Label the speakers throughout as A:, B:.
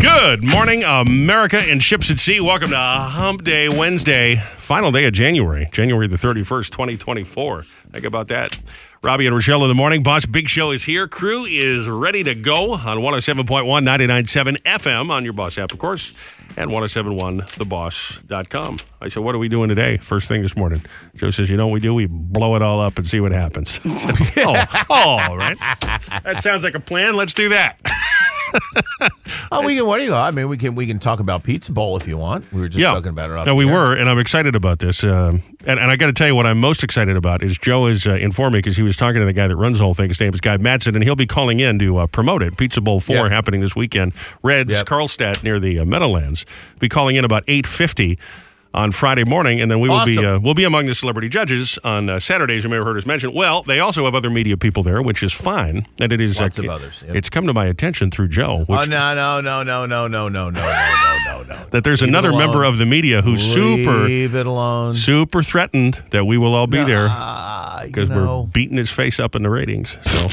A: Good morning, America and ships at sea. Welcome to Hump Day Wednesday, final day of January, January the 31st, 2024. Think about that. Robbie and Rochelle in the morning. Boss Big Show is here. Crew is ready to go on 107.1, 99.7 FM on your Boss app, of course, and 1071theboss.com. I said, What are we doing today? First thing this morning. Joe says, You know what we do? We blow it all up and see what happens. I said, oh, oh, all right. That sounds like a plan. Let's do that.
B: Oh, we can. What do you? I mean, we can. We can talk about Pizza Bowl if you want. We were just talking about it. off
A: No, we
B: the air.
A: were, and I'm excited about this. Um, and, and I got to tell you what I'm most excited about is Joe is uh, informed me because he was talking to the guy that runs the whole thing. His name is Guy Matson, and he'll be calling in to uh, promote it. Pizza Bowl Four
B: Yep.
A: happening this weekend. Reds
B: Yep.
A: Carlstadt near the uh, Meadowlands. Be calling in about 8:50 on Friday morning, and then we will be
B: Awesome.
A: uh, we'll be among the celebrity judges on uh, Saturdays. You may have heard us mention. Well, they also have other media people there, which is fine, and it is uh,
B: Lots of others, yep.
A: It's come to my attention through Joe. Which
B: Oh no no no no no no no no no no no.
A: That there's another
B: alone.
A: member of the media who's super
B: Leave it alone.
A: super threatened that we will all be there
B: Ah, you
A: because we're
B: know.
A: beating his face up in the ratings. So,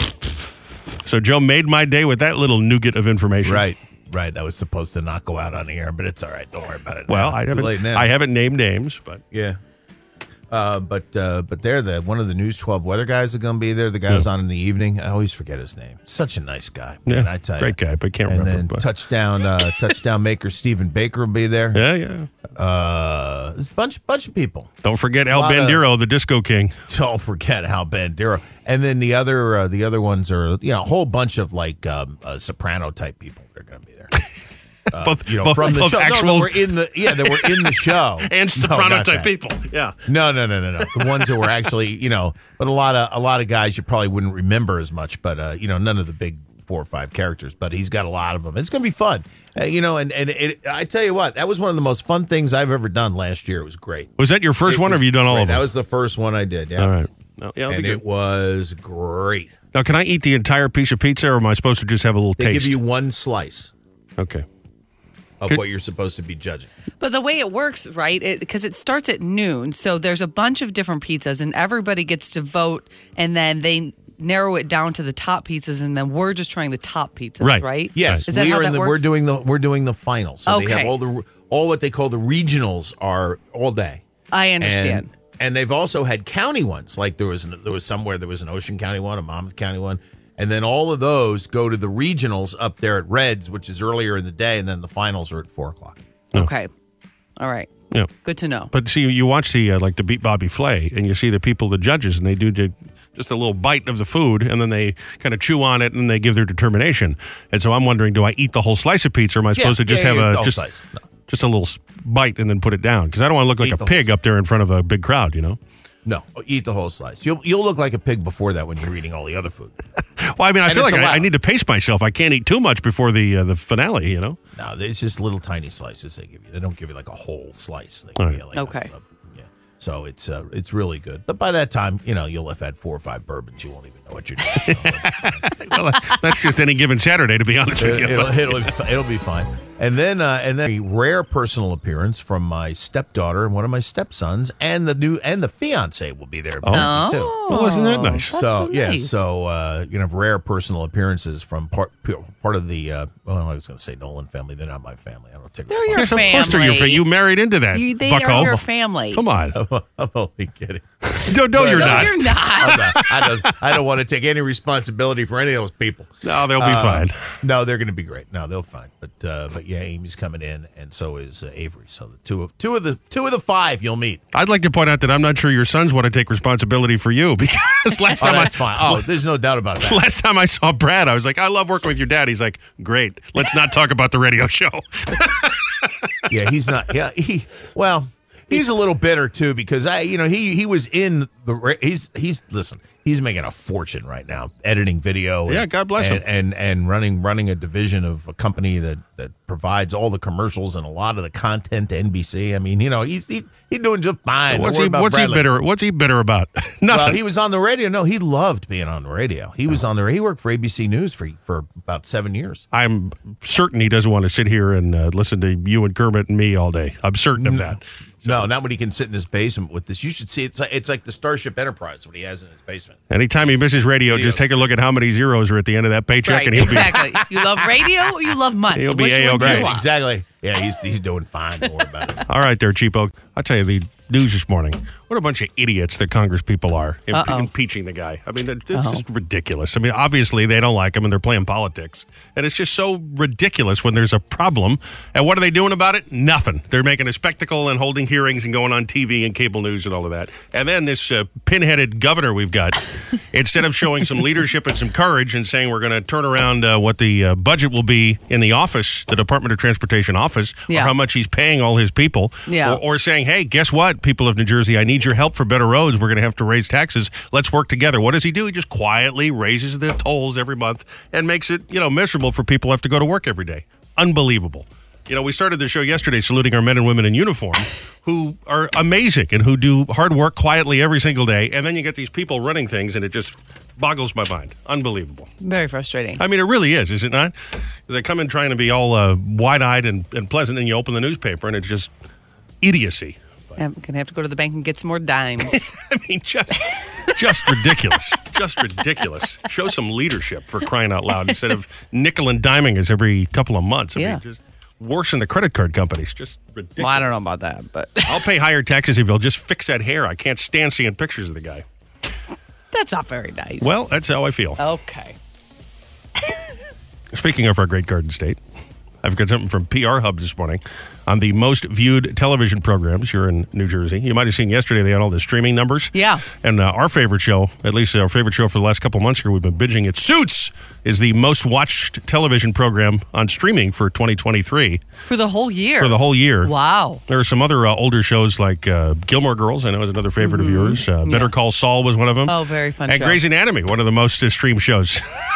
A: so Joe made my day with that little nougat of information.
B: right right. I was supposed to not go out on the air, but it's all right. Don't worry about it.
A: Well,
B: now.
A: I
B: It's too late
A: haven't
B: now.
A: I haven't named names, but
B: Yeah. Uh, but uh, but they're the one of the News 12 weather guys are going to be there. The guy who's on in the evening. I always forget his name. Such a nice guy.
A: yeah,
B: man, I tell
A: great
B: you.
A: guy, but can't
B: And
A: remember.
B: then
A: but-
B: touchdown uh, touchdown maker Stephen Baker will be there.
A: yeah, yeah.
B: Uh, there's a bunch bunch of people.
A: Don't forget Al
B: lot of-
A: Bandiro, the disco king.
B: Don't forget Al Bandera. And then the other uh, the other ones are you know a whole bunch of like um, uh, soprano type people. They're going to be there.
A: both
B: Uh, You know
A: both,
B: from the
A: both
B: show. No, that
A: actual
B: were in the yeah that were in the show
A: and soprano type
B: people.
A: people. Yeah.
B: No, no, no, no, no. The ones that were actually, you know, but a lot of a lot of guys you probably wouldn't remember as much, but uh, you know, none of the big four or five characters. But he's got a lot of them. It's gonna be fun, uh, you know. And and it, I tell you what, that was one of the most fun things I've ever done last year. It was great.
A: Was that your first
B: It
A: one or
B: was
A: have you done all
B: great.
A: of them?
B: That was the first one I did. Yeah.
A: all right. No, yeah, that'll
B: And
A: be
B: it
A: good.
B: was great.
A: Now, can I eat the entire piece of pizza, or am I supposed to just have a little
B: They
A: taste?
B: give you one slice
A: okay.
B: of
A: Good.
B: what you're supposed to be judging.
C: But the way it works, right? Because it, starts at noon, so there's a bunch of different pizzas, and everybody gets to vote, and then they narrow it down to the top pizzas, and then we're just trying the top pizzas,
A: Right.
C: right?
B: Yes,
C: Is that
B: we
C: how
B: are in
C: that
B: the,
C: works?
B: we're doing the we're doing the finals. So they have
C: Okay.
B: all the all what they call the regionals are all day.
C: I understand.
B: And, and they've also had county ones. Like there was an, there was somewhere there was an Ocean County one, a Monmouth County one, and then all of those go to the regionals up there at Reds, which is earlier in the day, and then the finals are at four o'clock.
C: Okay. All right.
A: Yeah.
C: Good to know.
A: But see, you watch the uh, like the Beat Bobby Flay, and you see the people, the judges, and they do ju- just a little bite of the food, and then they kind of chew on it, and they give their determination. And so I'm wondering, do I eat the whole slice of pizza, or am I supposed to just
B: yeah,
A: have
B: yeah, the
A: a
B: whole
A: just
B: slice. No.
A: just a little s- bite and then put it down? Because I don't want to look like
B: Eat the
A: a
B: whole
A: pig up there in front of a big crowd, you know.
B: No, eat the whole slice. You'll you'll look like a pig before that when you're eating all the other food.
A: Well, I mean, I
B: And
A: feel
B: it's
A: like I, I
B: allowed.
A: need to pace myself. I can't eat too much before the uh, the finale, you know.
B: No, it's just little tiny slices they give you. They don't give you like a whole slice. They
A: All
B: give
A: right.
B: you like a-
C: Okay.
B: a- yeah. So it's uh, it's really good. But by that time, you know, you'll have had four or five bourbons. You won't even know what you're doing. So
A: well, that's just any given Saturday, to be honest with you.
B: it, will it'll, be, it'll be fine. And then uh, and then a rare personal appearance from my stepdaughter and one of my stepsons and the new and the fiance will be there. apparently, too.
A: Well, wasn't that nice?
C: Oh, That's
B: so,
C: so
B: yeah,
C: nice.
B: so uh, you know, rare personal appearances from part part of the. Uh, well, I was going to say Nolan family. They're not my family. I don't take.
C: They're your
A: Yes, of course they're your fa-
C: family.
A: You married into that,
C: You- they
A: bucko.
C: are your family.
A: Come on.
B: responsibility. I'm only kidding.
A: No, no, you're
C: no,
A: not.
C: you're not.
B: I'm not- I don't. I don't want to take any responsibility for any of those people.
A: No, they'll be
B: Uh,
A: fine.
B: No, they're going to be great. No, they'll fine. But uh, but yeah, Amy's coming in, and so is uh, Avery. So the two of two of the two of the five you'll meet.
A: I'd like to point out that I'm not sure your sons want to take responsibility for you because last
B: Oh,
A: time I
B: that's fine. Oh, there's no doubt about that.
A: last time I saw Brad, I was like, I love working with your dad. He's like, great. Let's not talk about the radio show.
B: Yeah, he's not. Yeah, he well, he's a little bitter too because I you know he he was in the ra- he's he's listen. He's making a fortune right now, editing video. and-
A: Yeah, God bless him.
B: and, and and running running a division of a company that that provides all the commercials and a lot of the content to NBC. I mean, you know, he's he, he's doing just fine. Don't
A: what's
B: worry
A: he
B: about
A: What's he
B: Bradley.
A: bitter? What's he bitter about?
B: Well,
A: Nothing.
B: he was on the radio. No, he loved being on the radio. He was on the. He worked for ABC News for for about seven years.
A: I'm certain he doesn't want to sit here and uh, listen to you and Kermit and me all day. I'm certain of that. So-
B: No, not when he can sit in his basement with this. You should see it's like it's like the Starship Enterprise what he has in his basement.
A: Anytime he misses radio, just take a look at how many zeros are at the end of that paycheck,
C: Right,
A: and he'll be
C: exactly. you love radio or you love money.
A: He'll be
C: Which
A: A-OK.
C: one do you
A: Right.
C: want?
B: Exactly. Yeah, he's he's doing fine. Don't worry about it.
A: all right. There, cheapo. I'll tell you the news this morning. What a bunch of idiots the Congress people are impe- impeaching the guy. I mean, they're, they're just ridiculous. I mean, obviously they don't like him, and they're playing politics, and it's just so ridiculous when there's a problem. And what are they doing about it? Nothing. They're making a spectacle and holding hearings and going on TV and cable news and all of that. And then this uh, pinheaded governor we've got, instead of showing some leadership and some courage and saying we're going to turn around uh, what the uh, budget will be in the office, the Department of Transportation office,
C: Yeah.
A: or how much he's paying all his people,
C: Yeah.
A: or, or saying, hey, guess what, people of New Jersey, I need your help for better roads. We're going to have to raise taxes. Let's work together. What does he do? He just quietly raises the tolls every month and makes it, you know, miserable for people who have to go to work every day. Unbelievable. You know, we started the show yesterday saluting our men and women in uniform who are amazing and who do hard work quietly every single day. And then you get these people running things, and it just boggles my mind. Unbelievable.
C: Very frustrating.
A: I mean, it really is, is it not? 'Cause I come in trying to be all uh, wide eyed and, and pleasant, and you open the newspaper, and it's just idiocy.
C: I'm going to have to go to the bank and get some more dimes.
A: I mean, just just ridiculous. Just ridiculous. Show some leadership for crying out loud instead of nickel and diming us every couple of months. I
C: Yeah.
A: mean, just worse than the credit card companies. Just
C: well,
A: ridiculous.
C: I don't know about that, but
A: I'll pay higher taxes if you'll just fix that hair. I can't stand seeing pictures of the guy.
C: that's not very nice.
A: Well, that's how I feel.
C: Okay.
A: Speaking of our great garden state, I've got something from PR Hub this morning on the most viewed television programs here in New Jersey. You might have seen yesterday they had all the streaming numbers.
C: Yeah.
A: And uh, our favorite show, at least our favorite show for the last couple months here, we've been binging it. Suits is the most watched television program on streaming for 2023
C: For the whole year.
A: for the whole year.
C: Wow.
A: There are some other uh, older shows like uh, Gilmore Girls. I know is another favorite of yours. Uh, Better Call Saul was one of them.
C: Mm-hmm. Oh, very fun
A: And
C: show.
A: Grey's Anatomy, one of the most uh, streamed shows.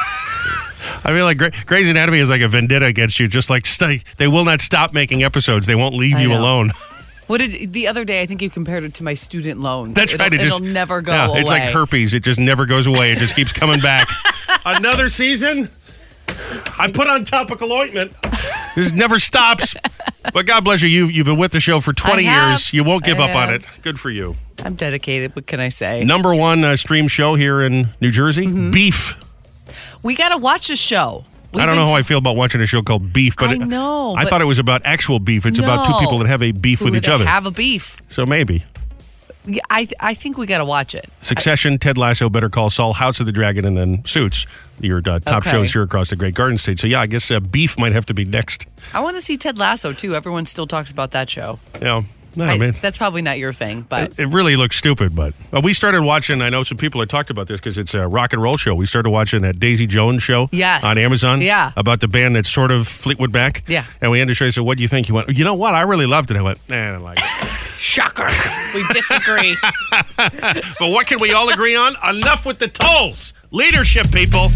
A: I mean, like Grey, Grey's Anatomy is like a vendetta against you. Just like st- they will not stop making episodes. They won't leave
C: I
A: you
C: know.
A: alone.
C: What did the other day? I think you compared it to my student loans.
A: That's
C: it'll,
A: right. It
C: it'll
A: just
C: never go
A: yeah,
C: away.
A: It's like herpes. It just never goes away. It just keeps coming back. another season. I put on topical ointment. This never stops. But God bless you. You've, you've been with the show for 20
C: have.
A: years. You won't give
C: I
A: up on
C: have.
A: it. Good for you.
C: I'm dedicated. What can I say?
A: number one uh, stream show here in New Jersey, Beef.
C: We got to watch a show. Mm-hmm. We've
A: I don't
C: been
A: know
C: t-
A: how I feel about watching a show called Beef, but
C: I
A: it-
C: know,
A: I
C: but-
A: thought it was about actual beef. It's about two
C: No.
A: people that have a beef
C: Who
A: with each
C: would
A: other.
C: Have a beef.
A: so maybe
C: Yeah, I I think we got to watch it.
A: Succession, Ted Lasso, Better Call Saul, House of the Dragon, and then Suits. Your uh, top
C: Okay.
A: shows here across the Great Garden State. So yeah, I guess uh, Beef might have to be next.
C: I want to see Ted Lasso too. Everyone still talks about that show.
A: You know, no, I
C: I-
A: mean.
C: that's probably not your thing, but
A: It really looks stupid, but uh, we started watching. I know some people have talked about this because it's a rock and roll show. We started watching that Daisy Jones show
C: Yes.
A: on Amazon
C: Yeah.
A: about the band that's sort of Fleetwood Mac.
C: Yeah.
A: And we ended the show. I said, What do you think? He went, You know what? I really loved it. I went, Nah, I don't like it.
C: shocker, we disagree.
A: but what can we all agree on? Enough with the tolls. Leadership, people.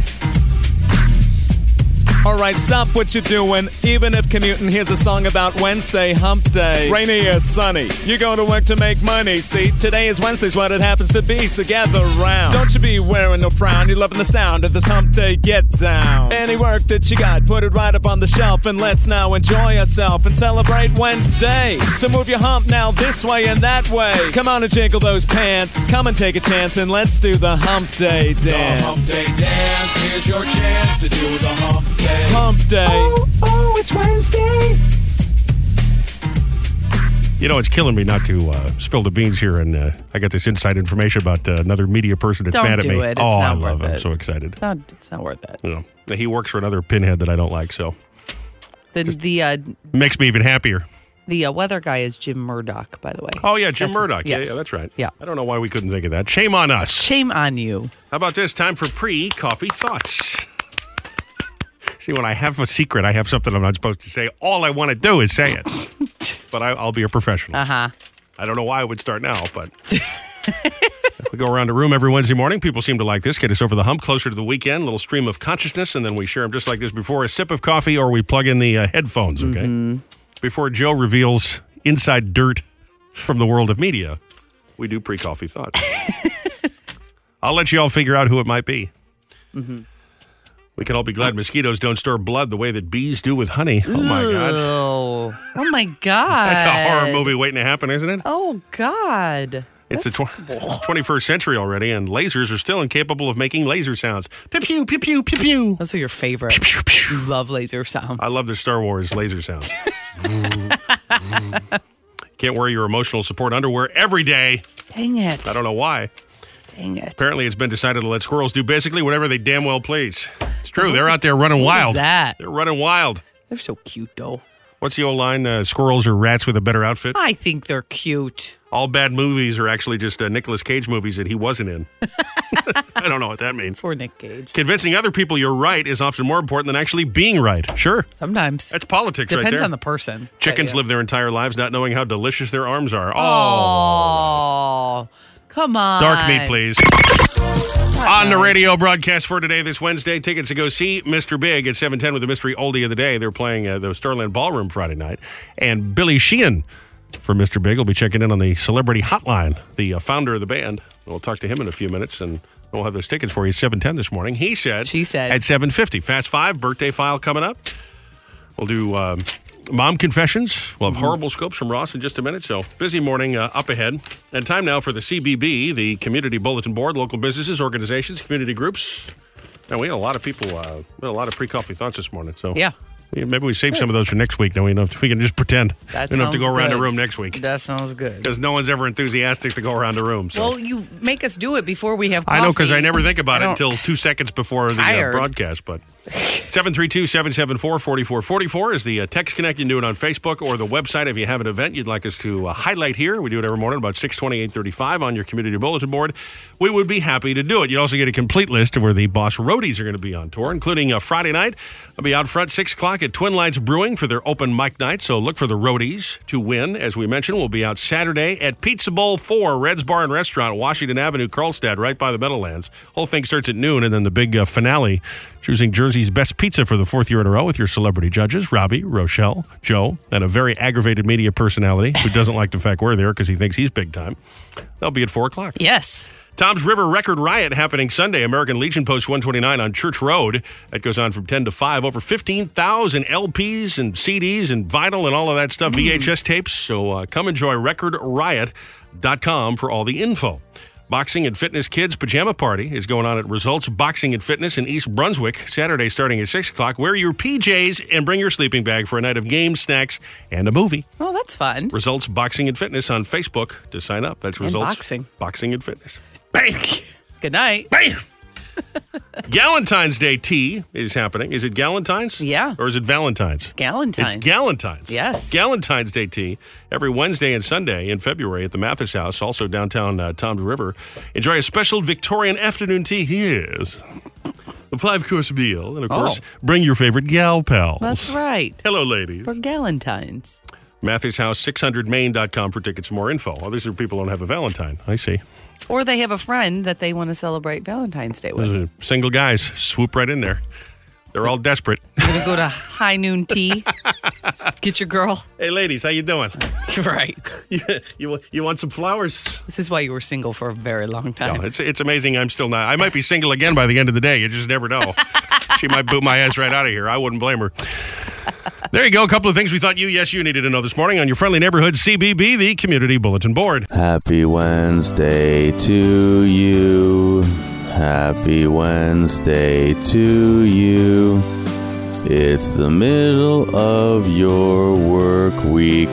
D: All right, stop what you're doing, even if commuting. Here's a song about Wednesday, hump day. Rainy or sunny, you go to work to make money. See, today is Wednesday's what it happens to be, so gather round. Don't you be wearing no frown, you're loving the sound of this hump day, get down. Any work that you got, put it right up on the shelf, and let's now enjoy ourselves and celebrate Wednesday. So move your hump now this way and that way. Come on and jingle those pants, come and take a chance, and let's do the hump day dance.
E: dance. Here's your chance to do the hump day.
D: Hump day.
E: oh, it's Wednesday.
A: You know, it's killing me not to uh, spill the beans here. And uh, I got this inside information about uh, another media person that's
C: Don't
A: mad at
C: do
A: me.
C: it. It's
A: oh,
C: not
A: I
C: worth
A: love I'm
C: it.
A: so excited.
C: it's not it's not worth it.
A: You know, he works for another pinhead that I don't like, so
C: The the uh,
A: it makes me even happier.
C: the uh, weather guy is Jim Murdoch, by the way.
A: Oh yeah, Jim
C: That's-
A: Murdoch. Yeah,
C: yes.
A: yeah, that's right.
C: Yeah.
A: I don't know why we couldn't think of that. Shame on us.
C: Shame on you.
A: How about this time for pre-coffee thoughts? See, when I have a secret, I have something I'm not supposed to say. All I want to do is say it, but I, I'll be a professional.
C: Uh huh.
A: I don't know why I would start now, but we go around the room every Wednesday morning. People seem to like this. Get us over the hump, closer to the weekend. Little stream of consciousness, and then we share them just like this before a sip of coffee, or we plug in the uh, headphones. Okay, before Joe reveals inside dirt from the world of media, we do pre-coffee thoughts. I'll let you all figure out who it might be. We can all be glad mosquitoes don't store blood the way that bees do with honey. Oh my God.
C: Oh, oh my God.
A: That's a horror movie waiting to happen, isn't it?
C: Oh God.
A: It's the tw- 21st century already, and lasers are still incapable of making laser sounds. Pew, pew, pew, pew, pew, pew.
C: Those are your favorite.
A: Pew, pew.
C: You love laser sounds.
A: I love the Star Wars laser sounds. Can't wear your emotional support underwear every day.
C: Dang it.
A: I don't know why.
C: Dang it.
A: Apparently, it's been decided to let squirrels do basically whatever they damn well please. It's true. They're out there running wild.
C: that?
A: They're running wild.
C: They're so cute though.
A: What's the old line? Uh, squirrels are rats with a better outfit.
C: I think they're cute.
A: All bad movies are actually just uh, Nicolas Cage movies that he wasn't in. I don't know what that means.
C: Poor Nick Cage.
A: Convincing other people you're right is often more important than actually being right. Sure.
C: Sometimes.
A: That's politics
C: Depends
A: right there.
C: on the person. but
A: Chickens
C: yeah.
A: live their entire lives not knowing how delicious their arms are. Oh,
C: Oh, come on.
A: dark meat, please. On the radio broadcast for today, this Wednesday, tickets to go see Mr. Big at 710 with the Mystery Oldie of the Day. They're playing uh, the Sterling Ballroom Friday night. And Billy Sheehan for Mr. Big will be checking in on the Celebrity Hotline, the uh, founder of the band. We'll talk to him in a few minutes and we'll have those tickets for you at 710 this morning. He said.
C: She said.
A: At 750. Fast Five, birthday file coming up. We'll do um, mom confessions. We'll have
C: Mm-hmm.
A: horrible scopes from Ross in just a minute. So busy morning uh, up ahead. And time now for the CBB, the Community Bulletin Board, local businesses, organizations, community groups. Now we had a lot of people. Uh, we had a lot of pre-coffee thoughts this morning. So
C: Yeah.
A: Yeah, maybe we save some of those for next week. Then we know if we can just pretend.
C: That
A: we don't have to
C: sounds
A: go around the
C: good.
A: room next week
C: That sounds good.
A: because no one's ever enthusiastic to go around the room. So.
C: Well, you make us do it before we have coffee.
A: I know because I never think about
C: I
A: it
C: don't-
A: until two seconds before the uh,
C: Tired.
A: broadcast. But 732 774 4444 is the uh, text connect. You can do it on Facebook or the website if you have an event you'd like us to uh, highlight here. We do it every morning about 620, 835 on your community bulletin board. We would be happy to do it. You'd also get a complete list of where the Boss Roadies are going to be on tour, including uh, Friday night. I'll be out front 6 o'clock at Twin Lights Brewing for their open mic night. So look for the Roadies to win. As we mentioned, we'll be out Saturday at Pizza Bowl 4, Red's Bar and Restaurant, Washington Avenue, Carlstad, right by the Meadowlands. Whole thing starts at noon, and then the big uh, finale, choosing Jersey's best pizza for the fourth year in a row with your celebrity judges, Robbie, Rochelle, Joe, and a very aggravated media personality who doesn't like the fact we're there because he thinks he's big time. They'll be at 4 o'clock.
C: Yes.
A: Tom's River Record Riot happening Sunday, American Legion Post 129 on Church Road. That goes on from 10 to 5. Over 15,000 LPs and CDs and vinyl and all of that stuff, VHS tapes. So uh, come enjoy recordriot.com for all the info. Boxing and Fitness Kids Pajama Party is going on at Results Boxing and Fitness in East Brunswick, Saturday starting at 6 o'clock. Wear your PJs and bring your sleeping bag for a night of games, snacks, and a movie.
C: Oh, that's fun.
A: Results Boxing and Fitness on Facebook to sign up. That's Results
C: boxing.
A: Boxing and Fitness. Bang!
C: Good night.
A: Bam! Galentine's Day tea is happening. Is it Galentine's?
C: Yeah.
A: Or is it Valentine's?
C: Galentine.
A: It's Galentine's.
C: Yes.
A: Galentine's Day tea every Wednesday and Sunday in February at the Mathis House, also downtown uh, Tom's River. Enjoy a special Victorian afternoon tea. Yes. A five course meal. And of course, bring your favorite gal pals.
C: Oh. that's right.
A: Hello, ladies.
C: For Galentine's.
A: Mathis House, 600main.com for tickets and more info. Oh, these are people who don't have a Valentine. I see.
C: Or they have a friend that they want to celebrate Valentine's Day with.
A: Those are single guys swoop right in there. They're all desperate.
C: Gonna go to high noon tea. Get your girl.
A: Hey, ladies, how you doing?
C: Right.
A: You, you, you want some flowers?
C: This is why you were single for a very long time.
A: No, it's, it's amazing I'm still not. I might be single again by the end of the day. You just never know. she might boot my ass right out of here. I wouldn't blame her. There you go. A couple of things we thought you, yes, you needed to know this morning on your friendly neighborhood CBB, the Community Bulletin Board.
F: Happy Wednesday to you. Happy Wednesday to you. It's the middle of your work week.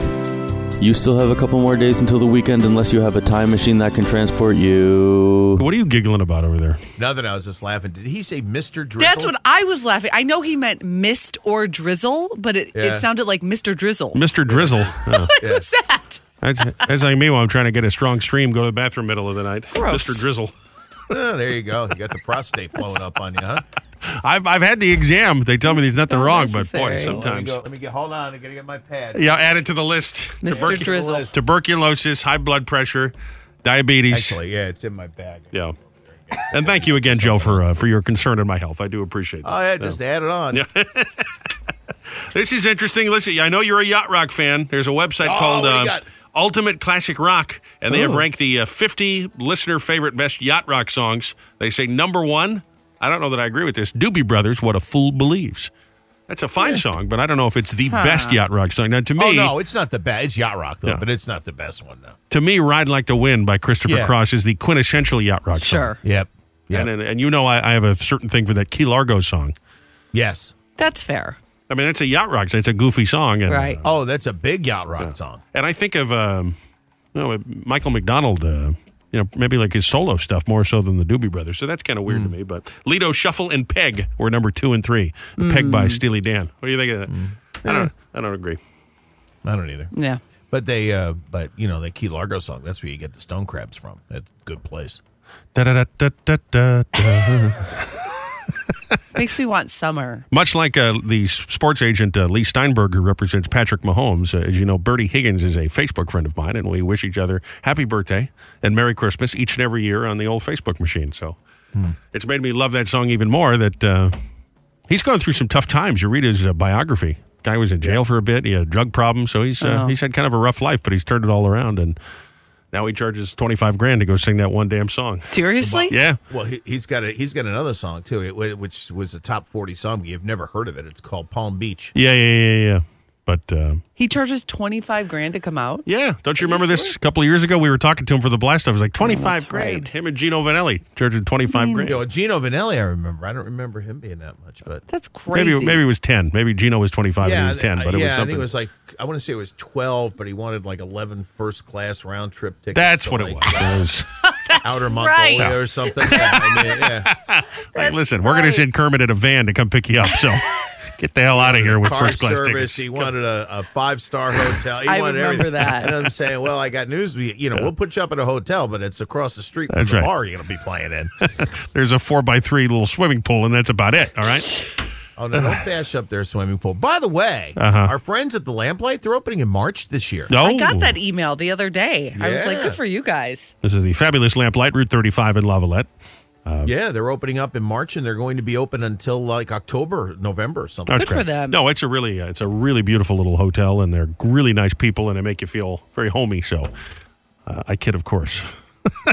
F: You still have a couple more days until the weekend unless you have a time machine that can transport you.
A: What are you giggling about over there?
B: Nothing. I was just laughing. Did he say Mr. Drizzle?
C: That's what I was laughing. I know he meant mist or drizzle, but it,
B: Yeah.
C: it sounded like Mr. Drizzle.
A: Mr. Drizzle. Oh,
B: Yeah.
C: What's that?
A: that's, that's like me while I'm trying to get a strong stream, go to the bathroom middle of the night.
C: Gross.
A: Mr. Drizzle.
B: Oh, there you go. You got the prostate blowing up on you, huh?
A: I've, I've had the exam. They tell me there's nothing wrong, but boy,
C: necessary.
B: Let me
A: sometimes.
B: go. Let me get. Hold on. I gotta get my pad.
A: Yeah, add it to the list.
C: Mr.
A: Tubercu-
C: Drizzle.
A: Tuberculosis, high blood pressure, diabetes.
B: Actually, yeah, it's in my bag.
A: Yeah. And thank you again, Joe, for uh, for your concern in my health. I do appreciate that.
B: Oh yeah, just add it on.
A: Yeah. This is interesting. Listen, I know you're a yacht rock fan. There's a website
B: Oh,
A: called
B: what do you
A: uh,
B: got?
A: Ultimate Classic Rock, and they have ranked the uh, 50 listener favorite best yacht rock songs. They say number one I don't know that I agree with this. Doobie Brothers, What a Fool Believes. That's a fine song, but I don't know if it's the best yacht rock song. Now, to me,
B: Oh no, it's not the best. It's yacht rock though,
A: No.
B: but it's not the best one though.
A: to me, "Ride Like the Wind" by Christopher
B: Yeah.
A: Cross is the quintessential yacht rock song.
C: Sure.
B: Yep. Yep.
A: And, and, and you know, I, I have a certain thing for that Key Largo song.
B: yes.
C: That's fair.
A: I mean, that's a yacht rock. It's a goofy song, and
C: Right.
B: Oh, that's a big yacht rock song.
A: and I think of um, you know, Michael McDonald. Uh, you know, maybe like his solo stuff more so than the Doobie Brothers. So that's kind of weird to me. But Lido Shuffle and Peg were number two and three. Peg by Steely Dan. What do you think of that? I don't. I don't agree.
B: I don't either.
C: Yeah.
B: But they, uh but you know, the Key Largo song. That's where you get the stone crabs from. That's a good place.
A: Da, da, da, da, da, da, da.
C: Makes me want summer.
A: Much like uh, the s- sports agent uh, Lee Steinberg, who represents Patrick Mahomes, uh, as you know, Bertie Higgins is a Facebook friend of mine, and we wish each other happy birthday and Merry Christmas each and every year on the old Facebook machine. So it's made me love that song even more. That uh, he's gone through some tough times. You read his uh, biography. Guy was in jail for a bit. He had a drug problem, so he's uh,
C: Oh.
A: he's had kind of a rough life, but he's turned it all around, and now he charges twenty five grand to go sing that one damn song.
C: Seriously?
A: Yeah,
B: Well, he, he's got a he's got another song too, it, wa- which was a top forty song. You've never heard of it. It's called Palm Beach.
A: yeah, yeah, yeah, yeah. yeah. But. Uh,
C: He charges 25 grand to come out?
A: Yeah, don't you remember this? A couple of years ago, we were talking to him for the blast. I was
B: Oh,
A: like, twenty five
C: that's
A: grand.
C: right.
A: Him and Gino Vanelli charging twenty five grand.
B: You know, Gino Vanelli, I remember. I don't remember him being that much, but
C: That's crazy.
A: Maybe maybe it was ten. Maybe Gino was twenty five and he was ten,
B: I-
A: but it
B: yeah,
A: was
B: I think
A: something.
B: it was like I want to say it was twelve, but he wanted like 11 first class round trip tickets.
A: that's
B: to,
A: what it was.
B: like,
A: It was-
B: Outer
C: right.
B: Mongolia or something. Yeah, I mean, yeah.
A: like, listen, we're going to send Kermit in a van to come pick you up. So get the hell out of here with
B: Car
A: first class
B: service.
A: tickets.
B: He wanted a, a five star hotel. He
C: I
B: wanted
C: remember
B: everything.
C: that.
B: And I'm saying, well, I got news. for You You know, we'll put you up at a hotel, but it's across the street from
A: That's
B: the
A: right.
B: bar you're gonna be playing in.
A: There's a four by three little swimming pool, and that's about it. All right.
B: Oh no! Don't bash up their swimming pool. By the way,
A: Uh-huh.
B: our friends at the Lamplight—they're opening in March this year.
A: No,
C: I got that email the other day. I was like,
B: Yeah.
C: good for you guys.
A: This is the fabulous lamplight, Route thirty five in Lavalette.
B: Yeah, they're opening up in March, and they're going to be open until like October, November, or something.
A: That's
C: Good for
A: great.
C: them.
A: No, it's a really uh, it's a really beautiful little hotel, and they're really nice people, and they make you feel very homey. So, uh, I kid, of course.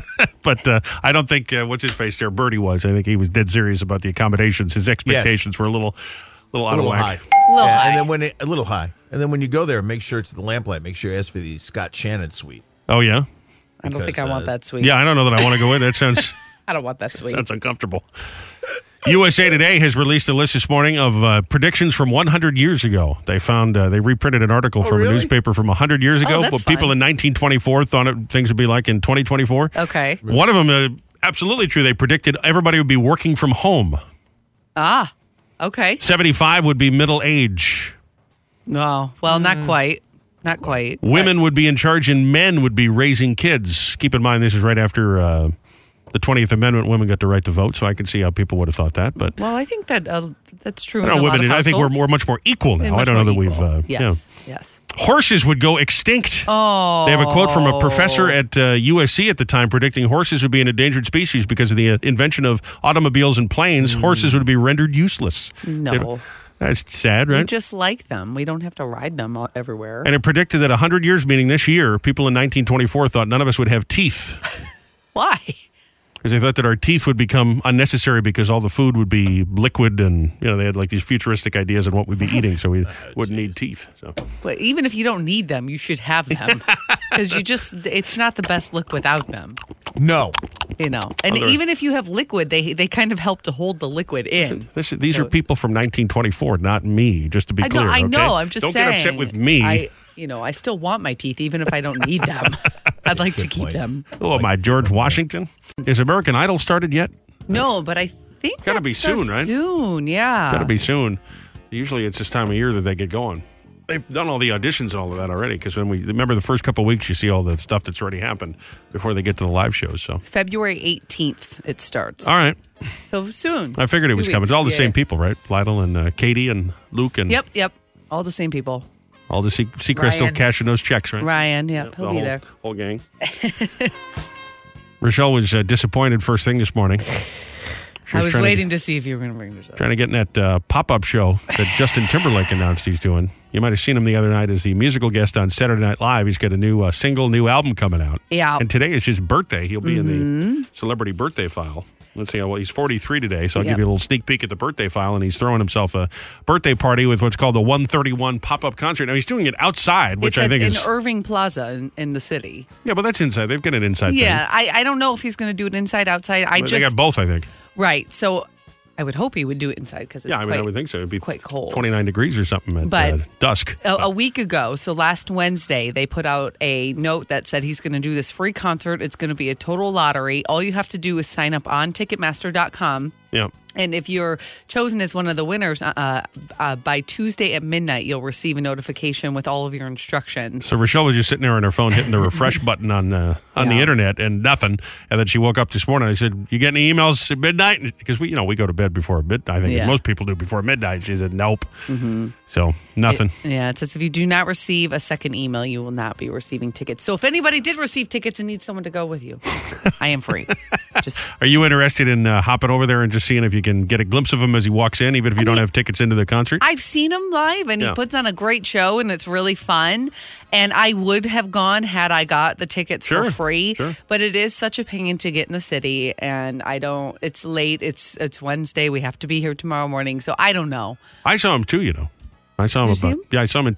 A: but uh, I don't think uh, what's his face there, Birdie was. I think he was dead serious about the accommodations. His expectations were a little, little
B: a
A: out
B: little
A: of
B: high.
A: whack.
C: Little
B: Yeah,
C: high.
B: And then when it, a little high, and then when you go there, make sure it's the Lamplight. Make sure you ask for the Scott Shannon suite.
A: Oh yeah,
C: I don't think I
B: Because,
C: want
B: uh,
C: that sweet.
A: yeah. I don't know that I want to go in. That sounds
C: I don't want that sweet.
A: sounds uncomfortable. USA Today has released a list this morning of uh, predictions from 100 years ago. They found uh, they reprinted an article from a
B: really?
A: newspaper from 100 years ago.
C: Oh, that's
A: what people
C: fine.
A: in 1924 thought it, things would be like in 2024.
C: Okay.
A: One of them, uh, absolutely true. They predicted everybody would be working from home.
C: Okay.
A: 75 would be middle age.
C: No. Well, not quite. Not quite.
A: Mm. Women would be in charge and men would be raising kids. Keep in mind, this is right after uh, the 20th Amendment. Women got the right to vote, so I can see how people would have thought that. But
C: Well, I think that uh, that's true.
A: I don't
C: in
A: know,
C: a lot
A: women,
C: of
A: I think we're,
C: households.
A: we're much more equal
C: They're
A: now. I
C: much
A: don't know that
C: more
A: we've.
C: equal.
A: Uh, yeah.
C: yes. Yes.
A: horses would go extinct. Oh. They have a quote from a professor at uh, USC at the time predicting horses would be an endangered species because of the uh, invention of automobiles and planes. Horses would be rendered useless.
C: Mm. No.
A: It- that's sad, right?
C: We just like them. We don't have to ride them all, everywhere.
A: and it predicted that 100 years, meaning this year, people in 1924 thought none of us would have teeth
C: Why?
A: because they thought that our teeth would become unnecessary because all the food would be liquid and, you know, they had like these futuristic ideas on what we'd be eating, so we wouldn't need teeth. So.
C: But even if you don't need them, you should have them because you just—it's not the best look without them,
B: No,
C: you know. And
A: Other-
C: even if you have liquid, they they kind of help to hold the liquid in.
A: This, these are people from 1924, not me. Just to be
C: I know,
A: clear,
C: I
A: okay?
C: know. I'm just
A: don't
C: saying.
A: get upset with me.
C: I, you know, I still want my teeth, even if I don't need them. I'd like to keep
B: point.
C: them.
A: oh, am I George Washington? Is American Idol started yet?
C: No, but I think
A: Gotta
C: that
A: be soon,
C: starts
A: right?
C: Soon, yeah.
A: Got to be soon. Usually, it's this time of year that they get going. They've done all the auditions and all of that already. Because when we remember the first couple of weeks, you see all the stuff that's already happened before they get to the live shows. So,
C: February 18th it starts.
A: all right,
C: So soon.
A: I figured it
C: Two
A: was coming. It's
C: weeks.
A: all the
C: Yeah,
A: same
C: yeah.
A: people, right? Lytle and uh, Katie and Luke and
C: Yep, yep. All the same people.
A: all the sea, sea crystal
C: Ryan.
A: cashing those checks, right?
C: Ryan, yep,
A: The
C: he'll be
A: whole,
C: there.
A: Whole gang. Rochelle was uh, disappointed first thing this morning. She
C: I
A: trying
C: was
A: to-
C: waiting to, see if you were going to bring this up.
A: trying to get in that uh, pop-up show that Justin Timberlake announced he's doing. You might have seen him the other night as the musical guest on Saturday Night Live. He's got a new uh, single, new album coming out.
C: Yeah. Mm-hmm.
A: And today is his birthday. He'll be in the celebrity birthday file. Let's see. Well, he's 43 today, so I'll give
C: Yep.
A: you a little sneak peek at the birthday file. And he's throwing himself a birthday party with what's called the 131 pop up concert. Now he's doing it outside, which
C: it's
A: I
C: at-
A: think
C: in
A: is
C: Irving Plaza in, in the city.
A: yeah, but that's inside. They've got an inside.
C: Yeah, I, I don't know if he's going to do it inside outside. I
A: thing. they
C: just
A: got both. I think.
C: right. So I would hope he would do it inside because it's
A: Yeah, I mean,
C: quite,
A: I would think so. It'd be
C: quite cold.
A: 29 degrees or something at
C: But-
A: uh, dusk.
C: a, a week ago, so last Wednesday, they put out a note that said he's going to do this free concert. It's going to be a total lottery. All you have to do is sign up on Ticketmaster.com.
A: yeah.
C: And if you're chosen as one of the winners uh, uh, by Tuesday at midnight, you'll receive a notification with all of your instructions.
A: So Rochelle was just sitting there on her phone, hitting the refresh button on uh, on the
C: Yeah.
A: internet, and nothing. And then she woke up this morning. I said, "You get any emails at midnight?" Because we, you know, we go to bed before midnight. I think
C: Yeah.
A: most people do before midnight. She said, "Nope." So nothing.
C: Yeah, it says if you do not receive a second email, you will not be receiving tickets. So if anybody did receive tickets and needs someone to go with you, I am free. Just
A: Are you interested in uh, hopping over there and just seeing if you can get a glimpse of him as he walks in, even if you don't have tickets into the concert?
C: I've seen him live and
A: Yeah.
C: he puts on a great show and it's really fun. And I would have gone had I got the tickets
A: Sure,
C: for free.
A: sure.
C: But it is such a pain to get in the city and I don't it's late. It's it's Wednesday. We have to be here tomorrow morning. So I don't know.
A: I saw him too, you know. I saw him
C: Did you see
A: about
C: him?
A: yeah, I saw him in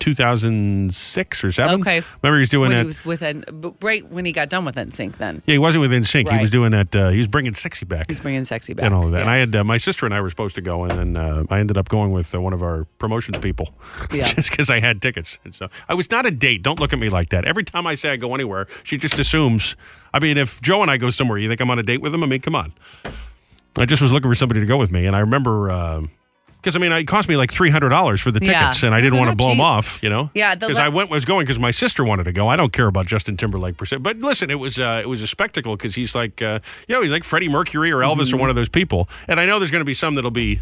A: 2006 or seven.
C: Okay.
A: remember he was doing
C: when
A: that.
C: he was with N- b- right when he got done with NSYNC then.
A: yeah, he wasn't with NSYNC. He
C: Right.
A: was doing that. Uh, he was bringing sexy back.
C: He's bringing sexy back.
A: and all of that. And
C: Yeah.
A: I had uh, my sister and I were supposed to go, and then uh, I ended up going with uh, one of our promotions people,
C: Yeah.
A: just because I had tickets. And so I was not a date. Don't look at me like that. Every time I say I go anywhere, she just assumes. I mean, if Joe and I go somewhere, you think I'm on a date with him? I mean, come on. I just was looking for somebody to go with me, and I remember. because I mean, it cost me like three hundred dollars for the
C: Yeah.
A: tickets, and I didn't
C: They're
A: want to
C: not
A: blow them
C: cheap.
A: off, you know.
C: Yeah, the
A: because
C: la-
A: I went was going because my sister wanted to go. I don't care about Justin Timberlake per se, but listen, it was uh, it was a spectacle because he's like uh, you know he's like Freddie Mercury or Elvis
C: Mm-hmm.
A: or one of those people, and I know there's going to be some that'll be.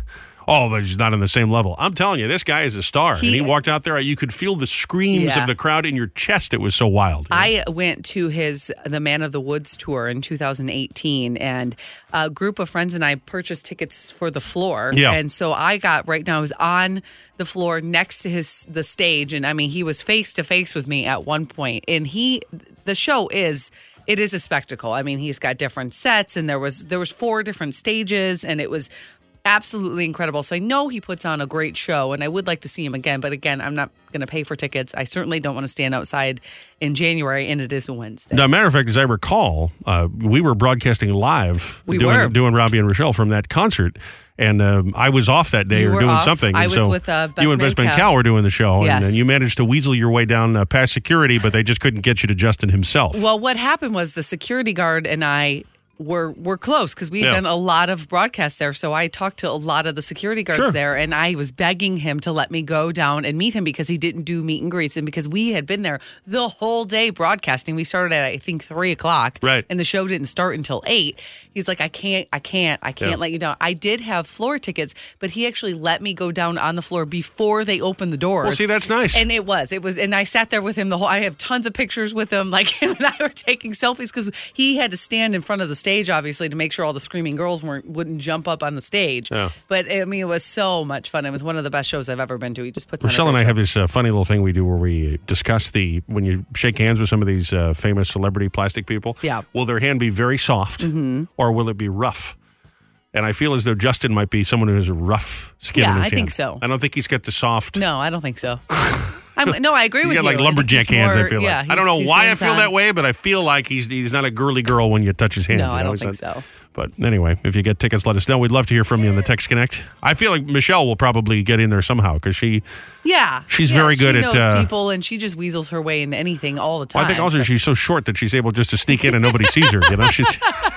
A: Oh, that he's not on the same level. I'm telling you, this guy is a star. and he
C: He-
A: walked out there. You could feel the screams
C: Yeah.
A: of the crowd in your chest. It was so wild.
C: I went to his The Man of the Woods tour in 2018, and a group of friends and I purchased tickets for the floor.
A: Yeah.
C: And so I got right now, I was on the floor next to his the stage. And I mean, he was face to face with me at one point, and he, the show is. It is a spectacle. I mean, he's got different sets, and there was there was four different stages, and it was absolutely incredible. So I know he puts on a great show and I would like to see him again, but again, I'm not going to pay for tickets. I certainly don't want to stand outside in January and it is a Wednesday.
A: Now, matter of fact, as I recall, uh, we were broadcasting live
C: We
A: doing,
C: were.
A: doing Robbie and Rochelle from that concert, and um, I was off that day
C: You
A: or
C: were
A: doing
C: off.
A: something.
C: I
A: and
C: was
A: so
C: with, uh, Best
A: you and
C: Man
A: Best Man
C: Cal.
A: Cal were doing the show, and,
C: Yes.
A: and you managed to weasel your way down uh, past security, but they just couldn't get you to Justin himself.
C: Well, what happened was the security guard and I were were close because we've
A: Yeah.
C: done a lot of broadcasts there. So I talked to a lot of the security guards
A: Sure.
C: there, and I was begging him to let me go down and meet him because he didn't do meet and greets, and because we had been there the whole day broadcasting. We started at I think three o'clock,
A: Right.
C: And the show didn't start until eight. He's like, I can't, I can't, I can't
A: Yeah.
C: let you down. I did have floor tickets, but he actually let me go down on the floor before they opened the doors.
A: Well, see, that's nice.
C: And it was, it was, and I sat there with him the whole. I have tons of pictures with him. Like him and I were taking selfies because he had to stand in front of the stage, obviously, to make sure all the screaming girls weren't wouldn't jump up on the stage. But I mean, it was so much fun. It was one of the best shows I've ever been to. He just puts.
A: Rochelle
C: on
A: and
C: a
A: I
C: great
A: have this uh, funny little thing we do where we discuss the when you shake hands with some of these uh, famous celebrity plastic people.
C: Yeah. Mm-hmm.
A: Will their hand be very soft or will it be rough? And I feel as though Justin might be someone who has a rough skin.
C: Yeah,
A: in his
C: I think
A: hand.
C: so.
A: I don't think he's got the soft.
C: show. no, I don't think so. I'm, no, I agree
A: You
C: with
A: got
C: you.
A: like lumberjack
C: He's
A: hands. I
C: more-
A: feel like
C: yeah,
A: I don't
C: he's-
A: know
C: he's
A: why I feel
C: hands-on.
A: that way, but I feel like he's he's not a girly girl when you touch his hand.
C: No,
A: you
C: I
A: know?
C: don't
A: He's
C: think so.
A: But anyway, if you get tickets, let us know. We'd love to hear from you in the text connect. I feel like Michelle will probably get in there somehow because she.
C: Yeah,
A: She's
C: Yeah,
A: very good
C: she
A: at,
C: knows
A: uh,
C: people, and she just weasels her way into anything all the time.
A: Well, I think also she's so short that she's able just to sneak in and nobody sees her. You know, she's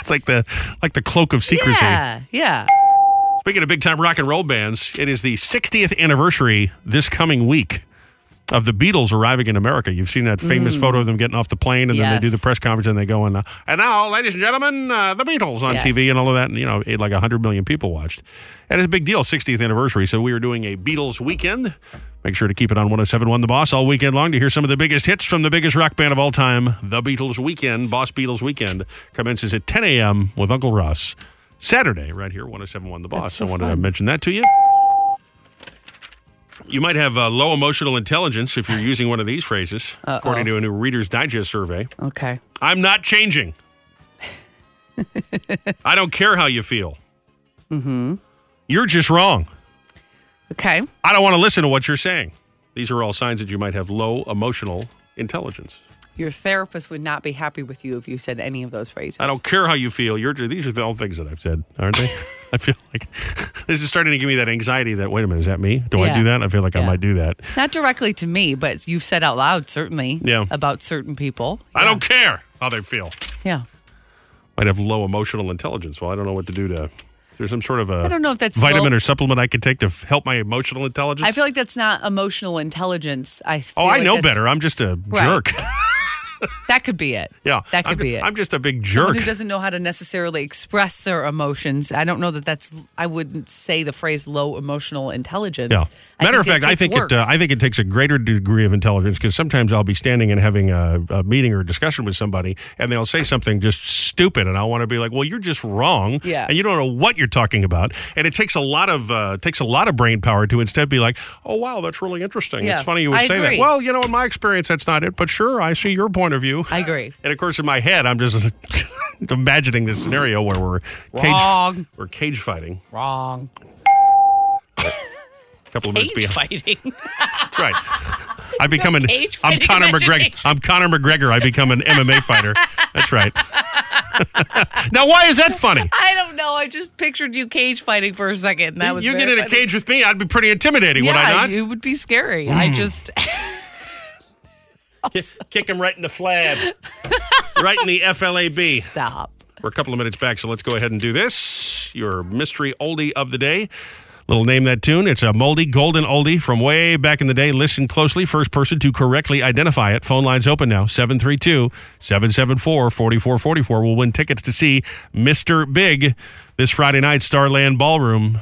A: it's like the like the cloak of secrecy.
C: yeah, yeah.
A: Speaking of big time rock and roll bands, it is the 60th anniversary this coming week of the Beatles arriving in America. You've seen that famous photo of them getting off the plane, and then they do
C: Mm. Yes.
A: the press conference, and they go and uh, and now, ladies and gentlemen, uh, the Beatles on
C: Yes.
A: TV and all of that, and you know, it, like hundred million people watched, and it's a big deal, 60th anniversary. So we are doing a Beatles weekend. Make sure to keep it on 107.1 The Boss all weekend long to hear some of the biggest hits from the biggest rock band of all time. The Beatles Weekend, Boss Beatles Weekend, commences at 10 a.m. with Uncle Russ. Saturday, right here, 107.1 The Boss.
C: so
A: I wanted to
C: fun.
A: mention that to you. You might have uh, low emotional intelligence if you're using one of these phrases, according to a new Reader's Digest survey.
C: Okay.
A: I'm not changing. I don't care how you feel. Mm-hmm. You're just wrong.
C: Okay.
A: I don't want to listen to what you're saying. These are all signs that you might have low emotional intelligence.
C: Your therapist would not be happy with you if you said any of those phrases.
A: I don't care how you feel. You're ju- these are the all things that I've said, aren't they? I feel like this is starting to give me that anxiety. That wait a minute, is that me? Do I
C: Yeah.
A: do that? I feel like I
C: Yeah.
A: might do that.
C: Not directly to me, but you've said out loud, certainly.
A: Yeah.
C: About certain people.
A: I don't care how they feel.
C: Yeah.
A: Might have low emotional intelligence. Well, I don't know what to do to. Is there some sort of a
C: I don't know if that's
A: vitamin
C: low-
A: or supplement I could take to f- help my emotional intelligence?
C: I feel like that's not emotional intelligence. I feel
A: oh, I
C: like
A: know
C: that's-
A: better. I'm just a
C: Right.
A: jerk.
C: That could be it.
A: yeah,
C: That could
A: I'm,
C: be it.
A: I'm just a big
C: Someone
A: jerk.
C: who doesn't know how to necessarily express their emotions. I don't know that that's. I wouldn't say the phrase low emotional intelligence.
A: Yeah.
C: I
A: Matter of
C: think
A: fact, I
C: takes
A: think
C: work.
A: it. Uh, I think it takes a greater degree of intelligence because sometimes I'll be standing and having a, a meeting or a discussion with somebody, and they'll say something just stupid, and I want to be like, "Well, you're just wrong,
C: Yeah.
A: and you don't know what you're talking about." And it takes a lot of uh, takes a lot of brain power to instead be like, "Oh, wow, that's really interesting.
C: Yeah.
A: It's funny you would
C: I
A: say
C: agree.
A: that." Well, you know, in my experience, that's not it, but sure, I see your point of view.
C: I agree.
A: and of course, in my head, I'm just imagining this scenario where we're cage
C: Wrong.
A: we're cage fighting.
C: Wrong.
A: A couple of minutes
C: Age
A: behind.
C: fighting.
A: That's right. I become an.
C: cage
A: I'm
C: fighting
A: Conor McGregor.
C: imagination.
A: I'm Conor McGregor. I become an MMA fighter. That's right. now, why is that funny?
C: I don't know. I just pictured you cage fighting for a second. And that was
A: you
C: very
A: get in a
C: funny.
A: cage with me, I'd be pretty intimidating, would I
C: Yeah,
A: not? Mm.
C: it would be scary. I just
A: Kick him right in the flab, right in the flab.
C: stop.
A: We're a couple of minutes back, so let's go ahead and do this. Your mystery oldie of the day. Little name that tune. It's a moldy golden oldie from way back in the day. Listen closely. First person to correctly identify it. Phone lines open now 732 774 4444 will win tickets to see Mr. Big this Friday night, Starland Ballroom.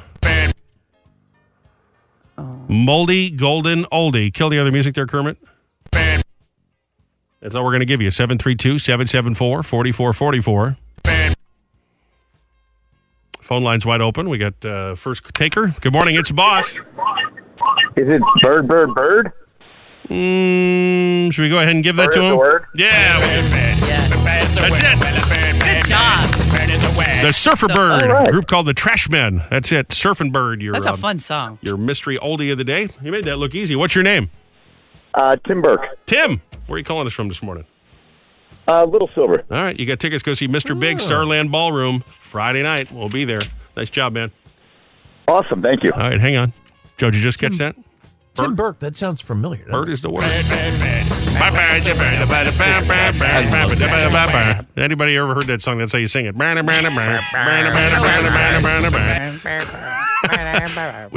A: Moldy golden oldie. Kill the other music there, Kermit. That's all we're going to give you 732 774 4444. Phone line's wide open. We got uh, first taker. Good morning. It's boss.
G: Is it bird, bird, bird?
A: Mm, should we go ahead and give that to
G: Bird is
A: him?
G: the word?
A: Yeah. That's it.
C: Good job.
A: The Surfer Bird, a
G: right.
A: group called the Trash Men. That's it. Surfing Bird. Your,
C: That's a
A: um,
C: fun song.
A: Your mystery oldie of the day. You made that look easy. What's your name?
G: Uh, Tim Burke.
A: Tim. Where are you calling us from this morning?
G: Uh, Little Silver.
A: All right. You got tickets. Go see Mr.
C: Ah.
A: Big Starland Ballroom Friday night. We'll be there. Nice job, man.
G: Awesome. Thank you.
A: All right. Hang on. Joe, did you just
C: Hmm.
A: catch that?
B: Tim Burke, that sounds familiar. doesn't
A: Bird is the word. Anybody ever heard that song? That's how you sing it. we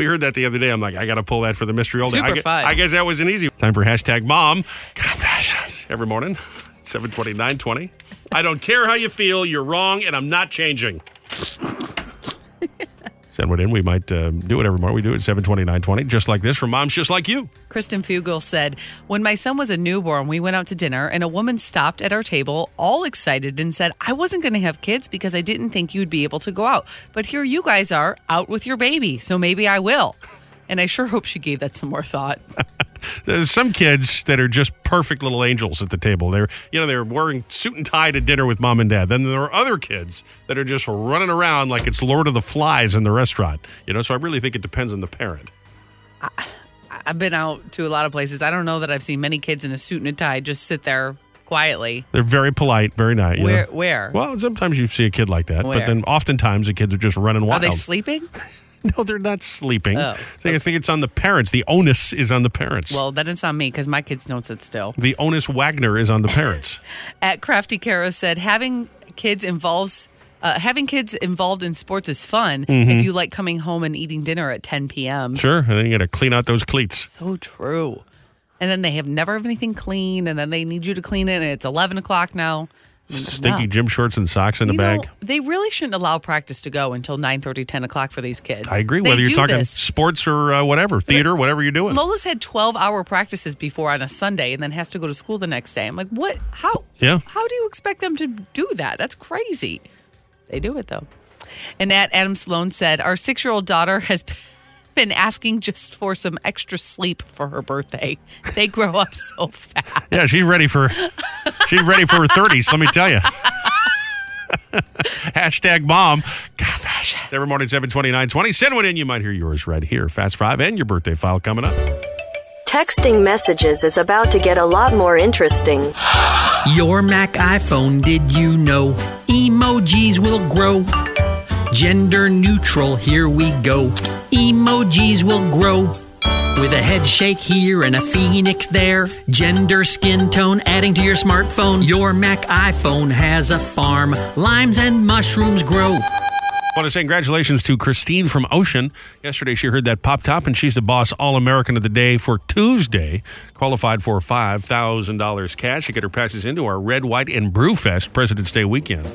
A: heard that the other day. I'm like, I got to pull that for the mystery oldie. I,
C: Super
A: gu-
C: fun.
A: I guess that was an easy time for hashtag mom confessions every morning, 7:20, 9:20. I don't care how you feel. You're wrong, and I'm not changing. Send one in. We might uh, do it every morning. We do it at 7:20, 9:20, just like this from moms just like you.
C: Kristen Fugel said, When my son was a newborn, we went out to dinner and a woman stopped at our table, all excited, and said, I wasn't going to have kids because I didn't think you'd be able to go out. But here you guys are out with your baby, so maybe I will. And I sure hope she gave that some more thought.
A: There's Uh, some kids that are just perfect little angels at the table. They're you know they're wearing suit and tie to dinner with mom and dad. Then there are other kids that are just running around like it's Lord of the Flies in the restaurant. You know, so I really think it depends on the parent.
C: I- I've been out to a lot of places. I don't know that I've seen many kids in a suit and a tie just sit there quietly.
A: They're very polite, very nice. you
C: Where?
A: know.
C: Where?
A: Well, sometimes you see a kid like that, but
C: Where?
A: then oftentimes the kids are just running
C: Are
A: wild.
C: they sleeping?
A: no, they're not sleeping.
C: Oh.
A: So I think it's on the parents. The onus is on the parents.
C: Well, then it's on me because my kids don't sit still.
A: the onus Wagner is on the parents.
C: At Crafty Caro said, having kids involves uh, having kids involved in sports is fun
A: Mm-hmm.
C: if you like coming home and eating dinner at 10 p.m.
A: sure, and then you got to clean out those cleats.
C: So true. And then they have never have anything clean, and then they need you to clean it, and it's 11 o'clock now. I mean,
A: Stinky
C: wow.
A: gym shorts and socks in the
C: You
A: bag.
C: know, they really shouldn't allow practice to go until 9 10 o'clock for these kids.
A: I agree.
C: They
A: Whether you're
C: do
A: talking
C: this.
A: sports or uh, whatever, theater, whatever you're doing.
C: Lola's had 12 hour practices before on a Sunday and then has to go to school the next day. I'm like, what? How?
A: Yeah.
C: How do you expect them to do that? That's crazy. They do it though. And at Adam Sloan said, our six year old daughter has been asking just for some extra sleep for her birthday. They grow up so fast.
A: Yeah, she's ready for she's ready for her thirties. Let me tell you. Hashtag mom. Confession. Every morning, 72920. Send one in. You might hear yours right here. Fast Five and your birthday file coming up.
H: Texting messages is about to get a lot more interesting.
I: Your Mac iPhone, did you know? Emojis will grow. Gender neutral, here we go. Emojis will grow. With a head shake here and a phoenix there. Gender skin tone adding to your smartphone. Your Mac iPhone has a farm. Limes and mushrooms grow.
A: want to say congratulations to Christine from Ocean. Yesterday, she heard that pop top, and she's the boss All American of the day for Tuesday. Qualified for five thousand dollars cash to get her passes into our Red, White, and Brew Fest President's Day weekend.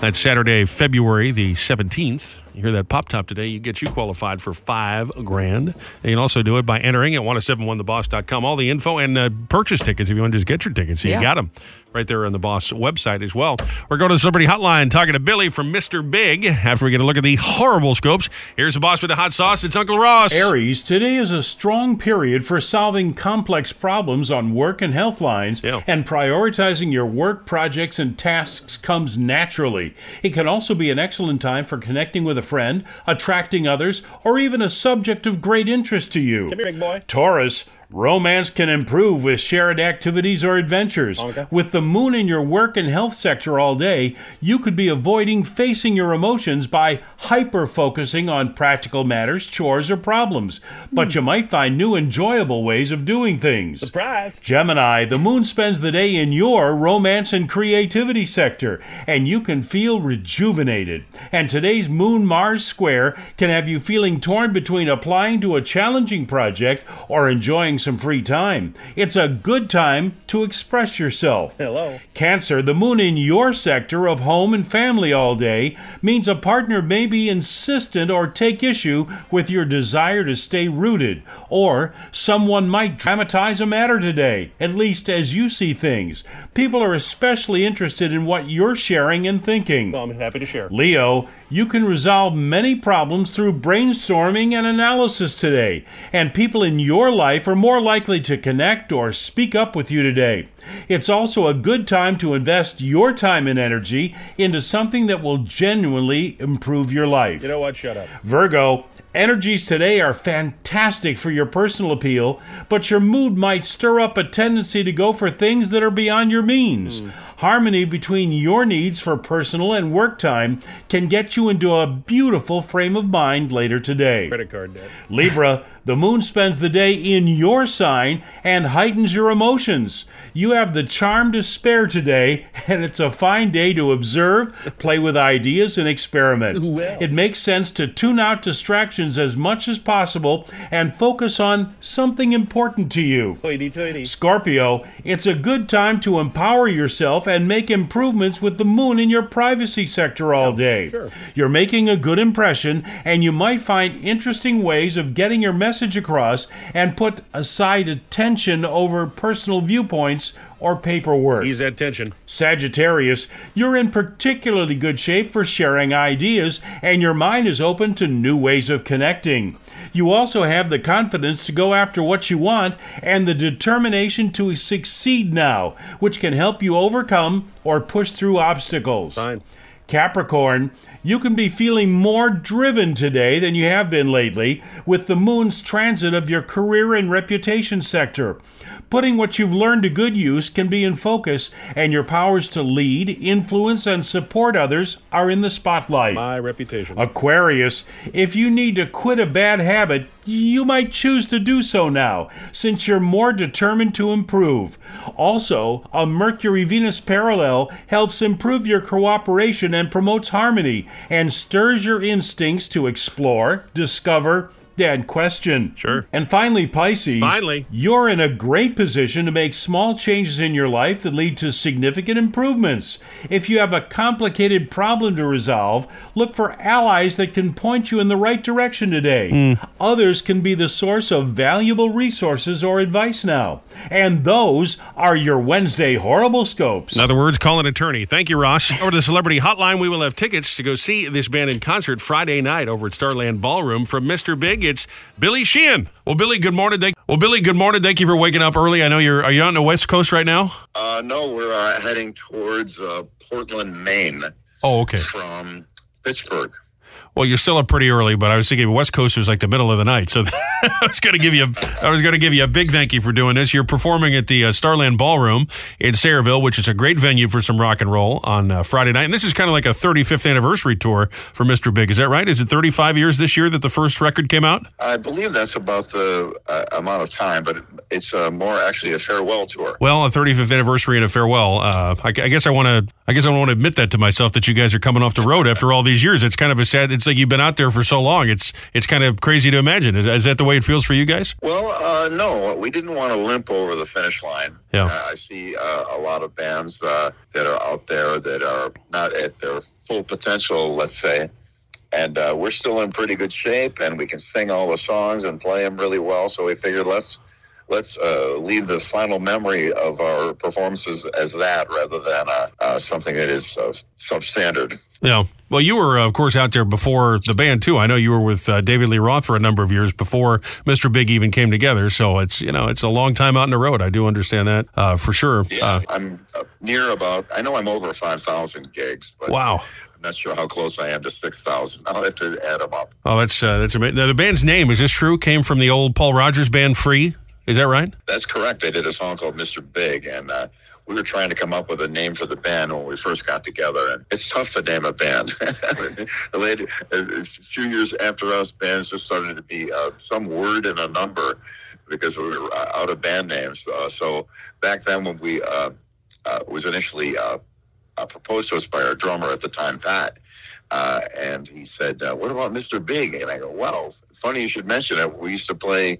A: That's Saturday, February the seventeenth. You hear that pop top today? You get you qualified for five grand. And you can also do it by entering at 1071theboss.com. All the info and uh, purchase tickets if you want to just get your tickets. You
C: Yeah.
A: got them right there on the boss website as well. We're going to the Celebrity Hotline, talking to Billy from Mr. Big. After we get a look at the horrible scopes, here's the boss with the hot sauce. It's Uncle Ross.
J: Aries, today is a strong period for solving complex problems on work and health lines,
A: Yeah.
J: and prioritizing your work projects and tasks comes naturally. It can also be an excellent time for connecting with a friend, attracting others, or even a subject of great interest to you. Come here, big boy. Taurus, Romance can improve with shared activities or adventures. With the moon in your work and health sector all day, you could be avoiding facing your emotions by hyper focusing on practical matters, chores, or problems. But you might find new enjoyable ways of doing things. Surprise! Gemini, the moon spends the day in your romance and creativity sector, and you can feel rejuvenated. And today's moon Mars square can have you feeling torn between applying to a challenging project or enjoying some free time. It's a good time to express yourself. Hello. Cancer, the moon in your sector of home and family all day means a partner may be insistent or take issue with your desire to stay rooted, or someone might dramatize a matter today, at least as you see things. People are especially interested in what you're sharing and thinking. Leo, you can resolve many problems through brainstorming and analysis today, and people in your life are more likely to connect or speak up with you today. It's also a good time to invest your time and energy into something that will genuinely improve your life. You know what? Shut up. Virgo, energies today are fantastic for your personal appeal, but your mood might stir up a tendency to go for things that are beyond your means. Harmony between your needs for personal and work time can get you into a beautiful frame of mind later today. Libra, the moon spends the day in your sign and heightens your emotions. You have the charm to spare today, and it's a fine day to observe, play with ideas, and experiment. It makes sense to tune out distractions as much as possible and focus on something important to you. Scorpio, it's a good time to empower yourself and make improvements with the moon in your privacy sector all day. You're making a good impression, and you might find interesting ways of getting your message across and put aside attention over personal viewpoints or paperwork.
A: Ease that tension.
J: Sagittarius, you're in particularly good shape for sharing ideas, and your mind is open to new ways of connecting. You also have the confidence to go after what you want and the determination to succeed now, which can help you overcome or push through obstacles.
A: Fine.
J: Capricorn, you can be feeling more driven today than you have been lately with the moon's transit of your career and reputation sector. Putting what you've learned to good use can be in focus, and your powers to lead, influence, and support others are in the spotlight.
A: My reputation.
J: Aquarius, if you need to quit a bad habit, you might choose to do so now, since you're more determined to improve. Also, a Mercury Venus parallel helps improve your cooperation and promotes harmony, and stirs your instincts to explore, discover, and question.
A: Sure.
J: And finally, Pisces.
A: Finally.
J: You're in a great position to make small changes in your life that lead to significant improvements. If you have a complicated problem to resolve, look for allies that can point you in the right direction today. Others can be the source of valuable resources or advice now. And those are your Wednesday horrible scopes.
A: In other words, call an attorney. Thank you, Ross. Over to the Celebrity Hotline, we will have tickets to go see this band in concert Friday night over at Starland Ballroom from Mr. Big. It's Billy Sheehan. Well, Billy, good morning. Thank- well, Billy, good morning. Thank you for waking up early. I know you're. Are you on the West Coast right now?
K: Uh, no, we're uh, heading towards uh, Portland, Maine.
A: Oh, okay.
K: from Pittsburgh.
A: Well, you're still up pretty early, but I was thinking West Coasters like the middle of the night. So I was going to give you I was going to give you a big thank you for doing this. You're performing at the uh, Starland Ballroom in Sayreville, which is a great venue for some rock and roll on uh, Friday night. And this is kind of like a 35th anniversary tour for Mr. Big. Is that right? Is it 35 years this year that the first record came out?
K: I believe that's about the uh, amount of time, but it's uh, more actually a farewell tour.
A: Well, a 35th anniversary and a farewell. Uh, I, I guess I want to. I guess I want to admit that to myself that you guys are coming off the road after all these years. It's kind of a sad. It's like you've been out there for so long. It's it's kind of crazy to imagine. Is, is that the way it feels for you guys?
K: Well, uh, no, we didn't want to limp over the finish line.
A: Yeah.
K: Uh, I see uh, a lot of bands uh, that are out there that are not at their full potential, let's say. And uh, we're still in pretty good shape, and we can sing all the songs and play them really well. So we figured let's let's uh, leave the final memory of our performances as that, rather than uh, uh, something that is uh, substandard.
A: Yeah. Well, you were uh, of course out there before the band too. I know you were with uh, David Lee Roth for a number of years before Mr. Big even came together. So it's you know it's a long time out in the road. I do understand that uh, for sure. Uh,
K: I'm uh, near about. I know I'm over five thousand gigs, but
A: Wow.
K: I'm not sure how close I am to six thousand. I'll have to add them up.
A: Oh, that's uh, that's amazing. Now, the band's name is this true? Came from the old Paul Rogers band, Free. Is that right?
K: That's correct. They did a song called Mr. Big, and uh, we were trying to come up with a name for the band when we first got together. And it's tough to name a band. Later, a few years after us, bands just started to be uh, some word and a number because we were uh, out of band names. Uh, so back then, when we uh, uh, was initially uh, uh, proposed to us by our drummer at the time, Pat. Uh, and he said, uh, "What about Mr. Big?" And I go, "Well, funny you should mention it. We used to play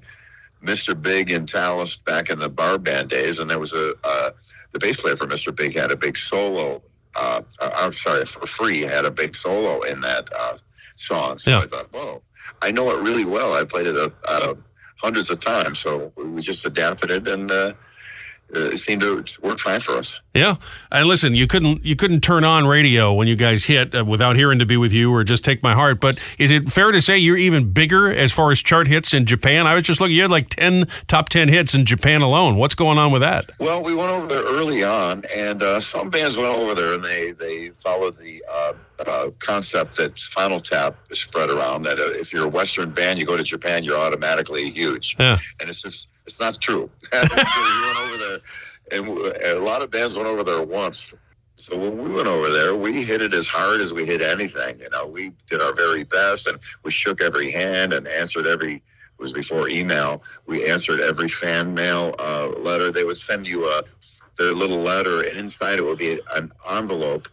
K: Mr. Big in Tallis back in the bar band days, and there was a uh, the bass player for Mr. Big had a big solo. Uh, uh, I'm sorry, for free had a big solo in that uh, song. So
A: Yeah.
K: I thought, whoa, I know it really well. I played it uh, uh, hundreds of times, so we just adapted it, and uh, it seemed to work fine for us.
A: Yeah, and listen, you couldn't you couldn't turn on radio when you guys hit uh, without hearing "To Be With You" or "Just Take My Heart." But is it fair to say you're even bigger as far as chart hits in Japan? I was just looking; you had like ten top ten hits in Japan alone. What's going on with that?
K: Well, we went over there early on, and uh, some bands went over there and they they followed the uh, uh, concept that Spinal Tap spread around that uh, if you're a Western band, you go to Japan, you're automatically huge,
A: Yeah.
K: and it's just it's not true. so we went over there, and w- a lot of bands went over there once. So when we went over there, we hit it as hard as we hit anything. You know, we did our very best, and we shook every hand and answered every. It was before email. We answered every fan mail uh, letter. They would send you a their little letter, and inside it would be an envelope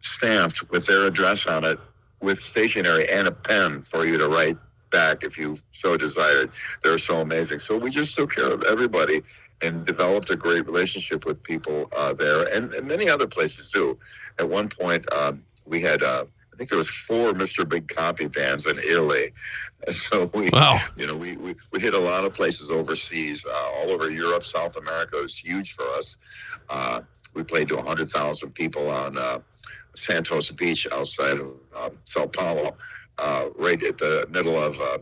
K: stamped with their address on it, with stationery and a pen for you to write back if you so desired. They're so amazing. So we just took care of everybody and developed a great relationship with people uh, there, and, and many other places do. At one point, um, we had. Uh, I think there was four Mr. Big Copy bands in Italy, And so we,
A: Wow.
K: you know, we, we, we hit a lot of places overseas, uh, all over Europe, South America. It was huge for us. Uh, we played to 100,000 people on uh, Santos Beach outside of um, Sao Paulo, uh, right at the middle of uh,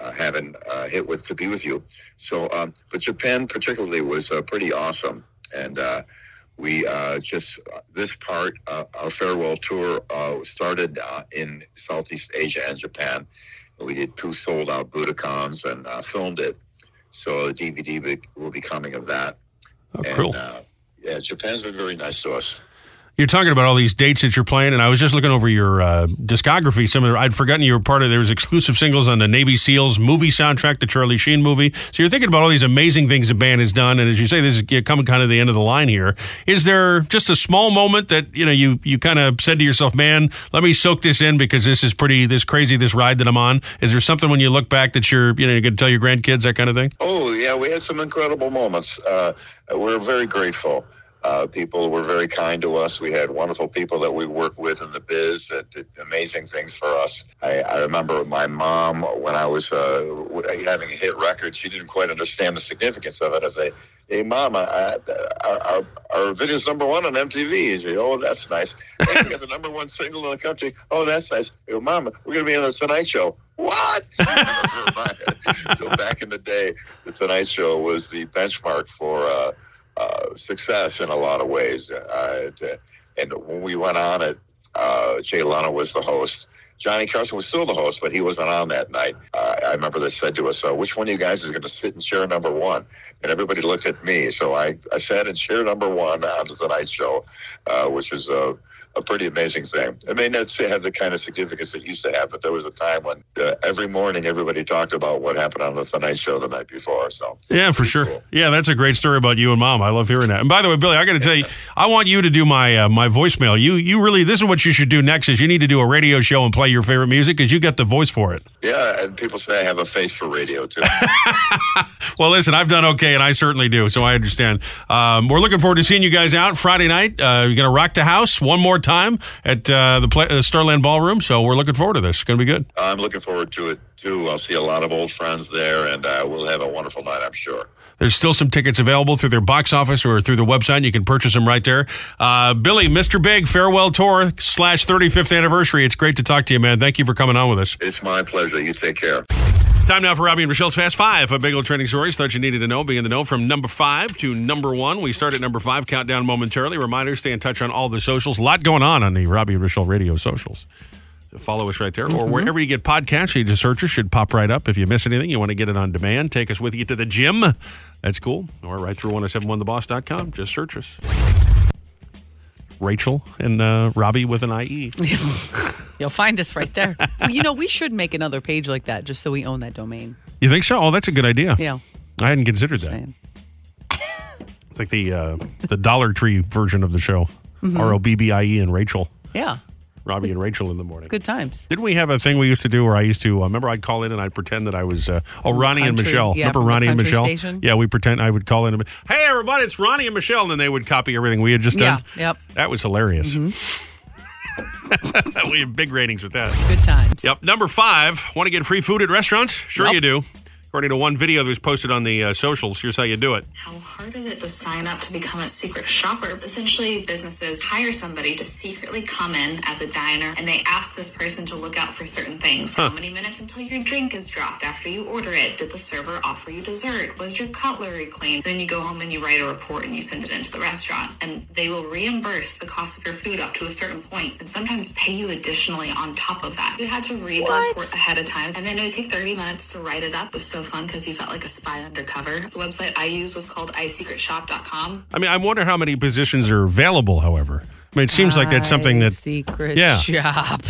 K: uh, having uh, hit with To Be With You. So, um, but Japan particularly was uh, pretty awesome. And uh, we uh, just, uh, this part, uh, our farewell tour uh, started uh, in Southeast Asia and Japan. We did two sold out Budokans and uh, filmed it. So a DVD be- will be coming of that.
A: Oh,
K: and,
A: cool.
K: Uh, yeah, Japan's been very nice to us.
A: You're talking about all these dates that you're playing, and I was just looking over your uh, discography. Some of the, I'd forgotten you were part of. There was exclusive singles on the Navy SEALs movie soundtrack, the Charlie Sheen movie. So you're thinking about all these amazing things the band has done, and as you say, this is you're coming kind of the end of the line here. Is there just a small moment that you know you you kind of said to yourself, "Man, let me soak this in because this is pretty this crazy this ride that I'm on." Is there something when you look back that you're you know you're going to tell your grandkids that kind of thing?
K: Oh, yeah, we had some incredible moments. Uh, we're very grateful. Uh, people were very kind to us. We had wonderful people that we work with in the biz that did amazing things for us. I, I remember my mom when I was uh, w- having a hit record. She didn't quite understand the significance of it. I say, "Hey, mom, I, I, our, our our video's number one on MTV." And she, "Oh, that's nice. Hey, we got the number one single in the country. Oh, that's nice. Hey, mom, we're gonna be on the Tonight Show." What? so back in the day, the Tonight Show was the benchmark for uh, uh, success in a lot of ways. Uh, it, uh, and when we went on it, Uh, Jay Leno was the host. Johnny Carson was still the host, but he wasn't on that night. Uh, I remember they said to us, uh, which one of you guys is going to sit in chair number one? And everybody looked at me. So I, I sat in chair number one on the Tonight Show, uh, which is a, a pretty amazing thing. It may not say- have the kind of significance it used to have, but there was a time when uh, every morning everybody talked about what happened on the Tonight Show the night before. So
A: Yeah, for sure. Yeah, that's a great story about you and mom. I love hearing that. And by the way, Billy, I got to tell you, I want you to do my uh, my voicemail. You you really this is what you should do next is you need to do a radio show and play your favorite music because you got the voice for it.
K: yeah, and uh, people say I have a face for radio too.
A: Well, listen, I've done okay, and I certainly do, so I understand. Um, we're looking forward to seeing you guys out Friday night. Uh, you're going to rock the house one more time at uh, the play, uh, Starland Ballroom, so we're looking forward to this. It's going to be good.
K: I'm looking forward to it too. I'll see a lot of old friends there, and uh, we'll have a wonderful night, I'm sure.
A: There's still some tickets available through their box office or through the website. You can purchase them right there. Uh, Billy, Mr. Big, farewell tour slash 35th anniversary. It's great to talk to you, man. Thank you for coming on with us.
K: It's my pleasure. You take care.
A: Time now for Robbie and Michelle's Fast Five, a big old trending stories that you needed to know, being in the know from number five to number one. We start at number five, countdown momentarily. Reminder, stay in touch on all the socials. A lot going on on the Robbie and Michelle radio socials. Follow us right there, or
L: Mhm.
A: wherever you get podcasts, you just search us, should pop right up. If you miss anything, you want to get it on demand, take us with you to the gym. That's cool. Or right through 1071theboss.com. Just search us. Rachel and uh, Robbie with an IE.
C: You'll find us right there. Well, you know, we should make another page like that just so we own that domain.
A: You think so? Oh, that's a good idea.
C: Yeah.
A: I hadn't considered that. It's like the uh, the Dollar Tree version of the show.
C: Mhm.
L: Mm-hmm.
A: R O B B I E and Rachel,
C: Yeah.
A: Robbie and Rachel in the morning.
C: It's good times.
A: Didn't we have a thing we used to do where I used to uh, remember I'd call in and I'd pretend that I was uh, oh Ronnie and
L: Country-
A: Michelle.
L: yeah,
A: remember
L: from the
A: Ronnie and
L: country
A: Michelle?
L: station.
A: Yeah, we pretend I would call in. And, be, hey everybody, it's Ronnie and Michelle, and then they would copy everything we had just done.
C: Yeah. Yep.
A: That was hilarious.
L: Mm-hmm.
A: we have big ratings with that.
C: Good times.
A: Yep. Number five, want to get free food at restaurants? Sure
C: Yep.
A: you do. According to one video that was posted on the uh, socials, here's how you do it.
M: How hard is it to sign up to become a secret shopper? Essentially, businesses hire somebody to secretly come in as a diner and they ask this person to look out for certain things.
A: Huh.
M: How many minutes until your drink is dropped after you order it? Did the server offer you dessert? Was your cutlery clean? Then you go home and you write a report and you send it into the restaurant and they will reimburse the cost of your food up to a certain point and sometimes pay you additionally on top of that. You had to read the report ahead of time and then it would take 30 minutes to write it up. It was so fun because you felt like a spy undercover. The website I used was called isecretshop.com.
A: I mean, I wonder how many positions are available, however. I mean, it seems like that's something that.
C: secret
A: Yeah.
C: shop.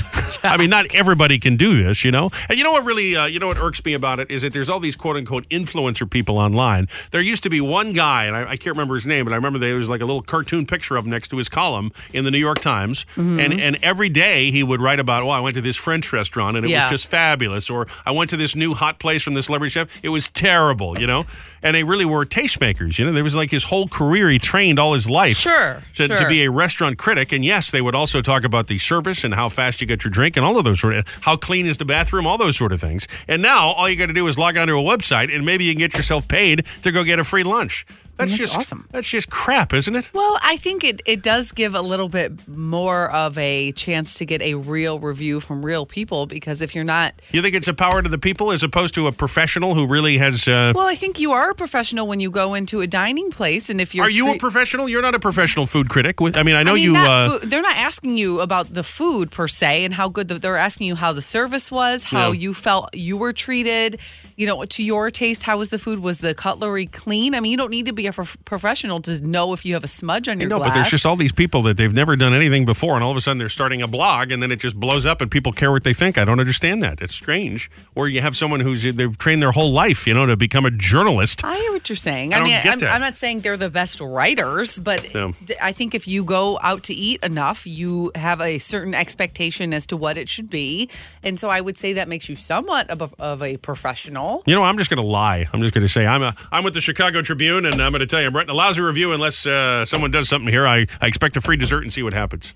A: I mean, not everybody can do this, you know? And you know what really, uh, you know what irks me about it is that there's all these quote unquote influencer people online. There used to be one guy, and I, I can't remember his name, but I remember there was like a little cartoon picture of him next to his column in the New York Times.
C: Mm-hmm.
L: Mhm.
A: And, and every day he would write about, oh, I went to this French restaurant and it
L: Yeah.
A: was just fabulous. Or I went to this new hot place from this celebrity chef. It was terrible, you know? And they really were tastemakers, you know? There was like his whole career, he trained all his life
C: Sure,
A: to, to
C: sure.
A: be a restaurant critic. And yes, they would also talk about the service and how fast you get your drink and all of those sort of how clean is the bathroom, all those sort of things. And now all you got to do is log onto a website and maybe you can get yourself paid to go get a free lunch. That's,
C: That's
A: just
C: awesome.
A: That's just crap, isn't it?
C: Well, I think it, it does give a little bit more of a chance to get a real review from real people because if you're not
A: You think it's a power to the people as opposed to a professional who really has. Uh,
C: Well, I think you are a professional when you go into a dining place, and if you're
A: are you a
C: tre-
A: professional? You're not a professional food critic. With- I mean, I know
C: mean,
A: you.
C: not
A: uh,
C: food- they're not asking you about the food per se and how good the, they're asking you how the service was, how
A: Yeah.
C: you felt you were treated, you know, to your taste. How was the food? Was the cutlery clean? I mean, you don't need to be a prof- professional to know if you have a smudge on your
A: No,
C: glass.
A: but there's just all these people that they've never done anything before, and all of a sudden they're starting a blog, and then it just blows up, and people care what they think. I don't understand that. It's strange. Or you have someone who's they've trained their whole life, you know, to become a journalist.
C: I hear what you're saying.
A: I
C: I,
A: don't
C: mean,
A: get
C: I'm,
A: that.
C: I'm not saying they're the best writers, but
A: Yeah.
C: d- I think if you go out to eat enough, you have a certain expectation as to what it should be. And so I would say that makes you somewhat of a, of a professional.
A: You know, I'm just going to lie. I'm just going to say I'm a, I'm with the Chicago Tribune, and I'm going to tell you I'm writing a lousy review unless uh, someone does something here. I, I expect a free dessert and see what happens.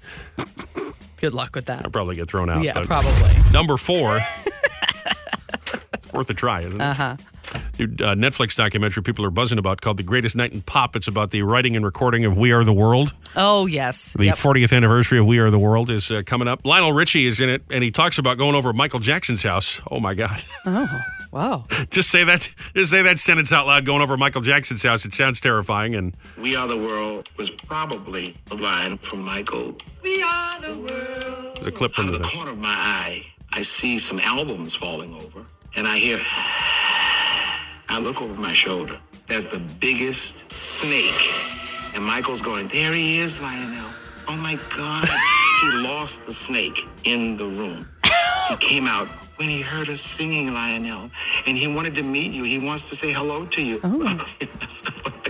C: Good luck with that.
A: I'll probably get thrown out.
C: yeah,
A: but-
C: probably.
A: Number four. it's worth a try, isn't it?
C: Uh-huh.
A: New uh, Netflix documentary people are buzzing about called "The Greatest Night in Pop." It's about the writing and recording of "We Are the World."
C: Oh, yes.
A: The
C: Yep.
A: 40th anniversary of We Are the World is uh, coming up. Lionel Richie is in it, and he talks about going over to Michael Jackson's house. Oh my God!
C: oh. Wow.
A: Just say that. Just say that sentence out loud, going over Michael Jackson's house. It sounds terrifying. And
L: We Are the World was probably a line from Michael. We Are the World.
A: the clip from the
L: Out of the corner of my eye, I see some albums falling over, and I hear. I look over my shoulder. There's the biggest snake. And Michael's going, There he is, Lionel. Oh my God. he lost the snake in the room. He came out when he heard us singing, Lionel, and he wanted to meet you. He wants to say hello to you. I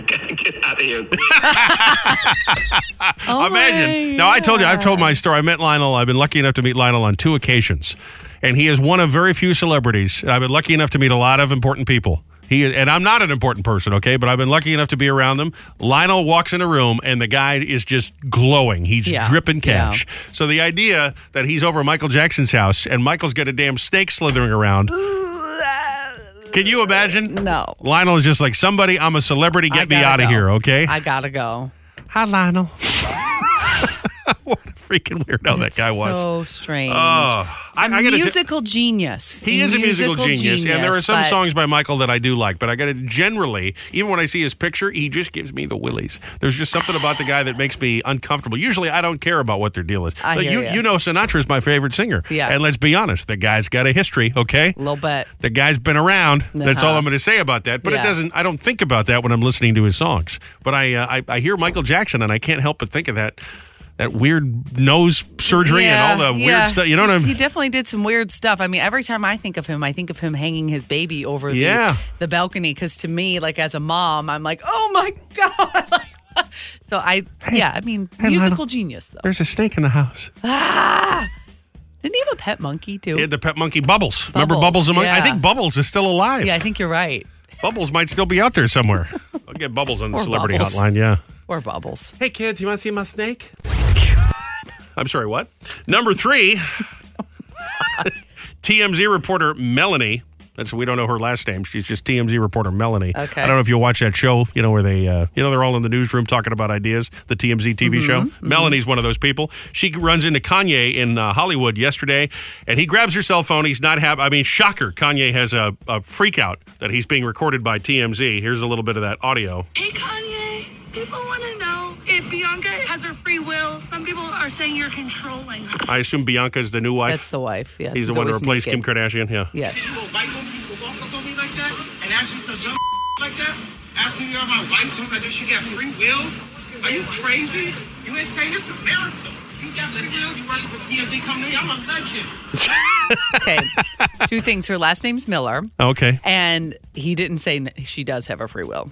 L: gotta get out of here.
C: Oh
A: Imagine. Now, I told you, I've told my story. I met Lionel. I've been lucky enough to meet Lionel on two occasions, and he is one of very few celebrities. I've been lucky enough to meet a lot of important people. He and I'm not an important person, okay, but I've been lucky enough to be around them. Lionel walks in a room, and the guy is just glowing. He's
N: Yeah.
A: dripping
N: Yeah.
A: cash. So the idea that he's over at Michael Jackson's house and Michael's got a damn snake slithering around. Can you imagine?
C: No.
A: Lionel is just like somebody. I'm a celebrity. Get me
C: gotta
A: out of
C: go.
A: here, okay?
C: I gotta go.
A: Hi, Lionel. Freaking weirdo that guy was.
C: So strange.
A: Oh, I, I gotta t-
C: musical genius.
A: he is a musical genius, and there are some
C: but-
A: songs by Michael that I do like, but I got to generally, even when I see his picture, he just gives me the willies. There's just something about the guy that makes me uncomfortable. Usually, I don't care about what their deal is.
C: I
A: Like,
C: hear
A: you,
C: ya.
A: you know, Sinatra's my favorite singer.
C: Yeah.
A: And let's be honest, the guy's got a history, okay? A
C: little bit.
A: The guy's been around. That's
C: Uh-huh.
A: all I'm going to say about that. But
C: Yeah.
A: it doesn't. I don't think about that when I'm listening to his songs. But I, uh, I, I hear Michael Jackson, and I can't help but think of that. That weird nose surgery and all the
C: yeah.
A: weird stuff. You know what I'm
C: He definitely did some weird stuff. I mean, every time I think of him, I think of him hanging his baby over the-
A: Yeah.
C: the, balcony. Because to me, like as a mom, I'm like, oh my god. so I, yeah, I mean,
A: hey,
C: musical
A: Lionel.
C: genius though.
A: There's a snake in the house.
C: Ah! Didn't he have a pet monkey too?
A: He had the pet monkey Bubbles. Remember Bubbles
C: Bubbles,
A: the monkey? I
C: yeah.
A: think Bubbles is still alive.
C: yeah, I think you're right.
A: Bubbles might still be out there somewhere. I'll get Bubbles on the
C: Or
A: celebrity
C: Bubbles.
A: hotline, yeah.
C: Or Bubbles.
A: Hey kids, you want to see my snake? I'm sorry, what? Number three, TMZ reporter Melanie. That's we don't know her last name. She's just TMZ reporter Melanie.
N: Okay.
A: I don't know if you watch that show. You know where they, uh, you know, they're all in the newsroom talking about ideas. The TMZ TV show.
N: Mhm, mhm.
A: Melanie's one of those people. She runs into Kanye in uh, Hollywood yesterday, and he grabs her cell phone. He's not happy. I mean, shocker. Kanye has a, a freak out that he's being recorded by TMZ. Here's a little bit of that audio.
O: Hey, Kanye, people want to know if Bianca has her free will. Some people are saying you're controlling her.
A: I assume Bianca is the new wife.
C: That's the wife. Yeah,
A: He's the
C: who's
A: one who
C: always
A: replaced
C: naked.
A: Kim Kardashian. Yeah.
C: Yes.
O: People, white women, people walk up on me like that and ask me some dumb like that. Asking me, are my wife told me that she got free will? Are you crazy? You insane? This is America. You got free will? You running for TMZ company? I'm a legend.
C: okay. Two things. Her last name's Miller,
A: Oh, Okay.
C: and he didn't say n- she does have a free will.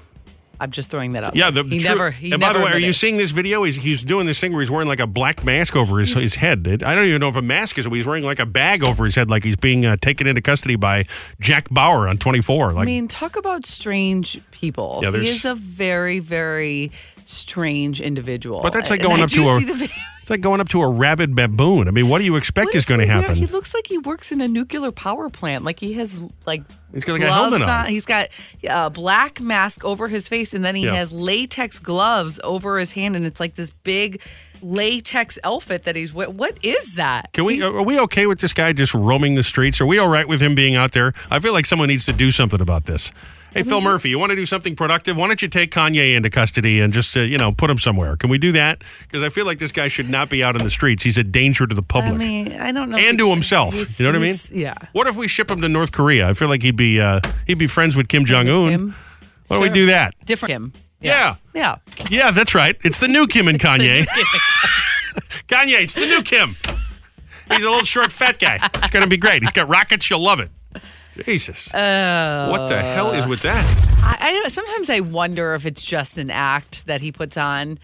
C: I'm just throwing that out.
A: Yeah, the
C: there. he
A: true-
C: never. He
A: and
C: never
A: by the way, are
C: admitted
A: you
C: it.
A: seeing this video? He's, he's doing this thing where he's wearing like a black mask over his, his head. It, I don't even know if a mask is. But he's wearing like a bag over his head, like he's being uh, taken into custody by Jack Bauer on 24.
C: I
A: Like,
C: mean, talk about strange people.
A: Yeah, there's-
C: he is a very, very strange individual.
A: but that's like
C: And
A: going
C: uh, I
A: up
C: do
A: to a.
C: see the video.
A: It's like going up to a rabid baboon. I mean, what do you expect is going to
C: Weird.
A: happen?
C: He looks like he works in a nuclear power plant. Like he has like
A: He's got like a
C: gloves
A: helmet on.
C: He's got a black mask over his face, and then he
A: Yeah.
C: has latex gloves over his hand, and it's like this big latex outfit that he's. What, what is that?
A: Can we? Are we okay with this guy just roaming the streets? Are we all right with him being out there? I feel like someone needs to do something about this. Hey, Phil Murphy, you want to do something productive? Why don't you take Kanye into custody and just uh, you know put him somewhere? Can we do that? Because I feel like this guy should not be out in the streets. He's a danger to the public
C: I mean, I don't know.
A: and to himself. You know what I mean?
C: Yeah.
A: What if we ship him to North Korea? I feel like he'd be uh, he'd be friends with Kim Jong Un. Why don't we do that?
C: Different him.
A: Yeah.
C: Yeah.
A: yeah, that's right. It's the new Kim and Kanye. Kanye, it's the new Kim. He's a little short, fat guy. It's gonna be great. He's got rockets. You'll love it. Jesus,
C: Uh,
A: what the hell is with that?
C: I, I sometimes I wonder if it's just an act that he puts on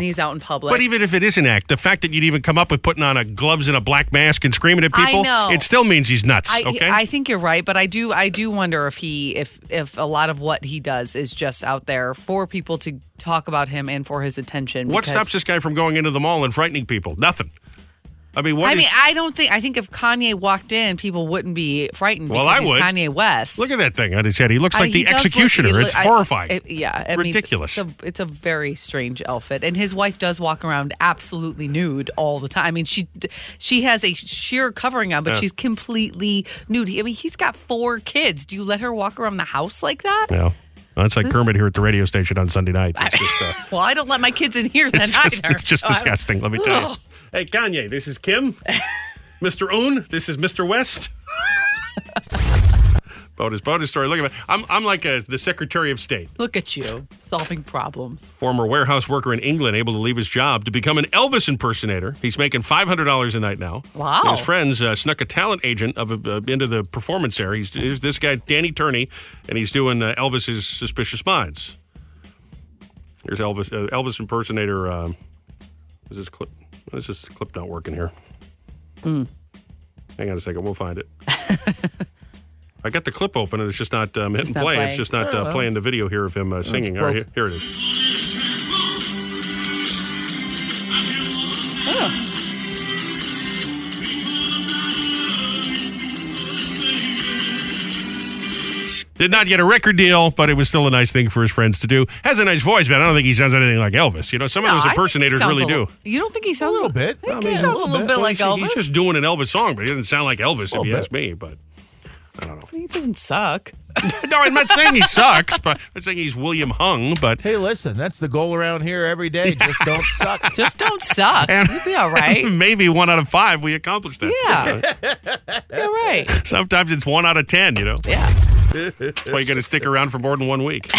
A: Yeah.
C: he's out in public.
A: But even if it is an act, the fact that you'd even come up with putting on a gloves and a black mask and screaming at
C: I
A: people,
C: know.
A: it still means he's nuts.
C: I,
A: okay,
C: I think you're right, but I do I do wonder if he if if a lot of what he does is just out there for people to talk about him and for his attention.
A: what
C: because-
A: stops this guy from going into the mall and frightening people? Nothing. I mean, what
C: I
A: is-
C: mean, I don't think. I think if Kanye walked in, people wouldn't be frightened.
A: Well,
C: because
A: I
C: he's
A: would.
C: Kanye West.
A: Look at that thing on his head. He looks
C: Uh,
A: like
C: he
A: the
C: does look- he
A: executioner.
C: look-
A: it's
C: I-
A: horrifying.
C: it- yeah, I mean,
A: Ridiculous.
C: it's, a, it's a very strange outfit, and his wife does walk around absolutely nude all the time. I mean, she d- she has a sheer covering on, but
A: Yeah.
C: she's completely nude. He- I mean, he's got four kids. Do you let her walk around the house like that?
A: yeah. That's like
C: This-
A: Kermit here at the radio station on Sunday nights. It's just, uh,
C: Well, I don't let my kids in here then
A: it's just,
C: either.
A: it's just
C: So I-
A: disgusting, let me tell you.
C: Ugh.
A: Hey, Kanye, this is Kim. Mr. Oon, this is Mr. West. bonus, bonus story. Look at that. I'm, I'm like a, the Secretary of State.
C: Look at you solving problems.
A: Former warehouse worker in England able to leave his job to become an Elvis impersonator. He's making $500 a night now.
C: Wow.
A: And his friends uh, snuck a talent agent of uh, into the performance area. He's, here's this guy, Danny Turney, and he's doing uh, Elvis's Suspicious Minds. Here's Elvis, uh, Elvis impersonator. Um, is this clip? why Is this clip not working here?
C: Hmm.
A: Hang on a second. We'll find it. I got the clip open and it's just not um, hitting
N: not
A: play. It's
N: playing.
A: just not
N: Oh,
A: uh,
N: well.
A: playing the video here of him uh, singing. All right, here,
N: broke.
A: here it is. Did not get a record deal, but it was still a nice thing for his friends to do. Has a nice voice, but I don't think he sounds anything like Elvis. You know, some of
C: No, I
A: those
C: think he
A: impersonators
C: sounds
A: really
C: a little-
A: do.
C: You don't think he sounds a little bit? I think he sounds a little, bit, like
A: Well,
C: Elvis. Oh,
A: he's- He's just doing an Elvis song, but he doesn't sound like Elvis if
C: Little
A: you
C: bit.
A: ask me. But
C: he doesn't suck.
A: no, I'm not saying he sucks, but I'm saying he's William Hung. But
B: hey, listen, that's the goal around here every day. Just don't suck.
C: Just don't suck. You'll be all right.
A: maybe one out of five we accomplished that.
C: Yeah. You're right.
A: Sometimes it's one out of ten, you know?
C: Yeah.
A: That's why you got to stick around for more than one week.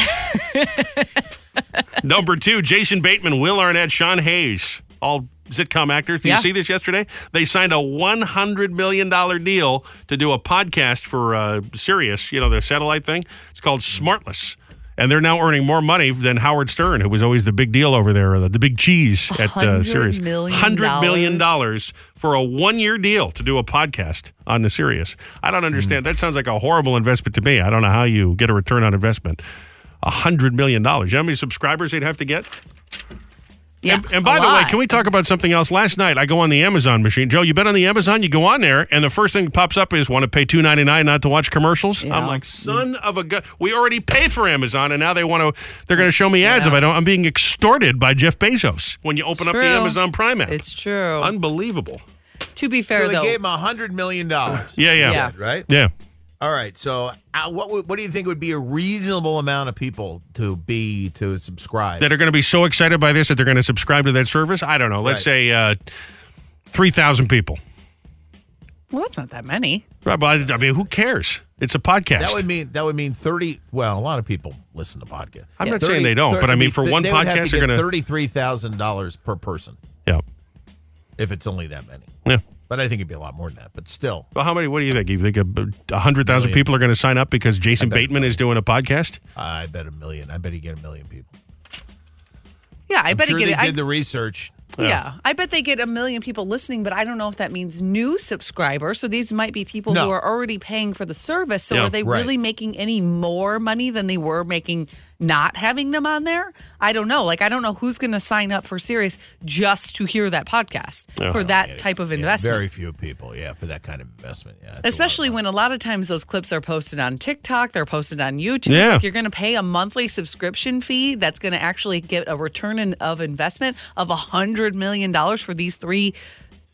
A: Number two, Jason Bateman, Will Arnett, Sean Hayes, all sitcom actors. Did
N: Yeah.
A: you see this yesterday? They signed a $100 million deal to do a podcast for uh, Sirius, you know, the satellite thing. It's called Smartless. And they're now earning more money than Howard Stern, who was always the big deal over there, uh, the, the big cheese at uh,
N: $100
A: Sirius.
N: million
A: $100 million dollars for a one-year deal to do a podcast on the Sirius. I don't understand. That sounds like a horrible investment to me. I don't know how you get a return on investment. A hundred million dollars. You know how many subscribers they'd have to get?
C: Yeah,
A: and, and by
C: a
A: the way,
C: lot.
A: can we talk about something else? Last night, I go on the Amazon machine. Joe, you bet on the Amazon. You go on there, and the first thing that pops up is want to pay two ninety nine not to watch commercials. I'm like, son of a gun. We already pay for Amazon, and now they want to. They're going to show me ads if I don't. I'm being extorted by Jeff Bezos when you open up the
C: True.
A: Amazon Prime app.
C: It's true.
A: Unbelievable.
C: to be fair,
B: so they
C: though,
B: gave him a hundred million dollars.
A: Yeah, yeah. Yeah.
B: right.
A: Yeah.
B: All right. So, uh, what would- what do you think would be a reasonable amount of people to be to subscribe?
A: that are going to be so excited by this that they're going to subscribe to that service? I don't know. Let's
B: Right.
A: say uh, 3,000 people.
C: well, that's not that many.
A: Right, but I I mean, who cares? It's a podcast.
B: That would mean that would mean thirty. Well, a lot of people listen to podcasts.
A: I'm not saying they don't, but I mean, for one podcast, you're gonna-
B: thirty three thousand dollars per person.
A: Yeah.
B: If it's only that many.
A: Yeah.
B: But I think it'd be a lot more than that. But still,
A: well, how many? What do you think? You think a- a hundred thousand people are going to sign up because Jason Bateman is doing a podcast?
B: I bet a million. I bet you get a million people.
C: Yeah, I
B: I'm
C: bet
B: sure
C: it
B: they
C: get. I,
B: did the research.
C: yeah. I bet they get a million people listening, but I don't know if that means new subscribers. So these might be people
B: No.
C: who are already paying for the service. So
B: Yeah,
C: are they
B: right.
C: really making any more money than they were making not having them on there? I don't know. Like I don't know who's going to sign up for Sirius just to hear that podcast
B: Yeah.
C: for that type of investment.
B: Very few people, yeah, for that kind of investment. Yeah.
C: Especially when a lot of times those clips are posted on TikTok, they're posted on YouTube.
B: Yeah.
C: If you're going to pay a monthly subscription fee that's going to actually get a return in, of investment of $100 million for these three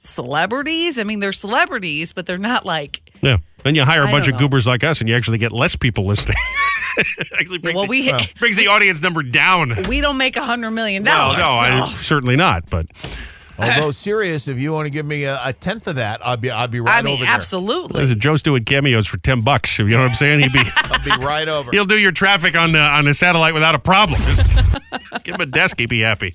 C: celebrities. I mean, they're celebrities, but they're not like,
A: Yeah. Then you hire a
C: I
A: bunch of
C: don't know.
A: goobers like us, and you actually get less people listening. actually, brings
C: Well,
A: the,
C: we- Wow.
A: brings the audience number down.
C: we don't make $100 million.
A: no, no, I,
C: so-
A: certainly not. But
B: Although serious, if you want to give me a, a tenth of that, I'll be I'll be right
C: I mean,
B: over there.
C: absolutely.
A: listen, Joe's doing cameos for ten bucks. You know what I'm saying? He'd be
B: I'll be right over.
A: he'll do your traffic on the on the satellite without a problem. Just give him a desk, he'd be happy.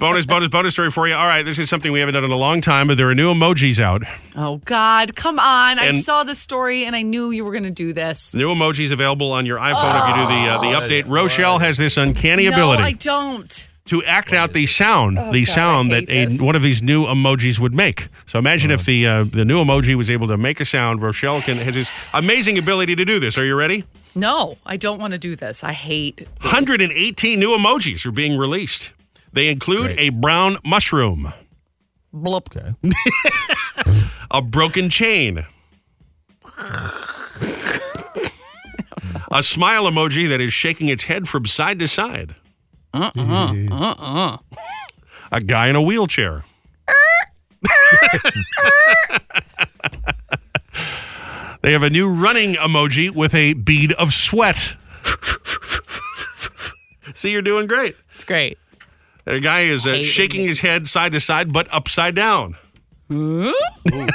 A: bonus, bonus, bonus story for you. All right, this is something we haven't done in a long time, but there are new emojis out.
C: Oh, God. Come on. I
A: And-
C: saw this story and I knew you were going to do this.
A: New emojis available on your iPhone if you do the uh, the update. Rochelle has this uncanny
C: no,
A: ability
C: I don't.
A: to act out the sound,
C: Oh,
A: the
C: God, I
A: sound that a,
C: hate this.
A: one of these new emojis would make. So imagine if the uh, the new emoji was able to make a sound. Rochelle can has this amazing ability to do this. Are you ready?
C: No, I don't want to do this. I hate
A: 118 new emojis are being released. They include a brown mushroom,
C: Bloop. Okay.
A: a broken chain. a smile emoji that is shaking its head from side to side.
C: Uh-uh. Uh-uh.
A: A guy in a wheelchair. they have a new running emoji with a bead of sweat. See, you're doing great.
C: It's great.
A: The guy is uh,
C: Hating
A: shaking
C: it.
A: his head side to side, but upside down. that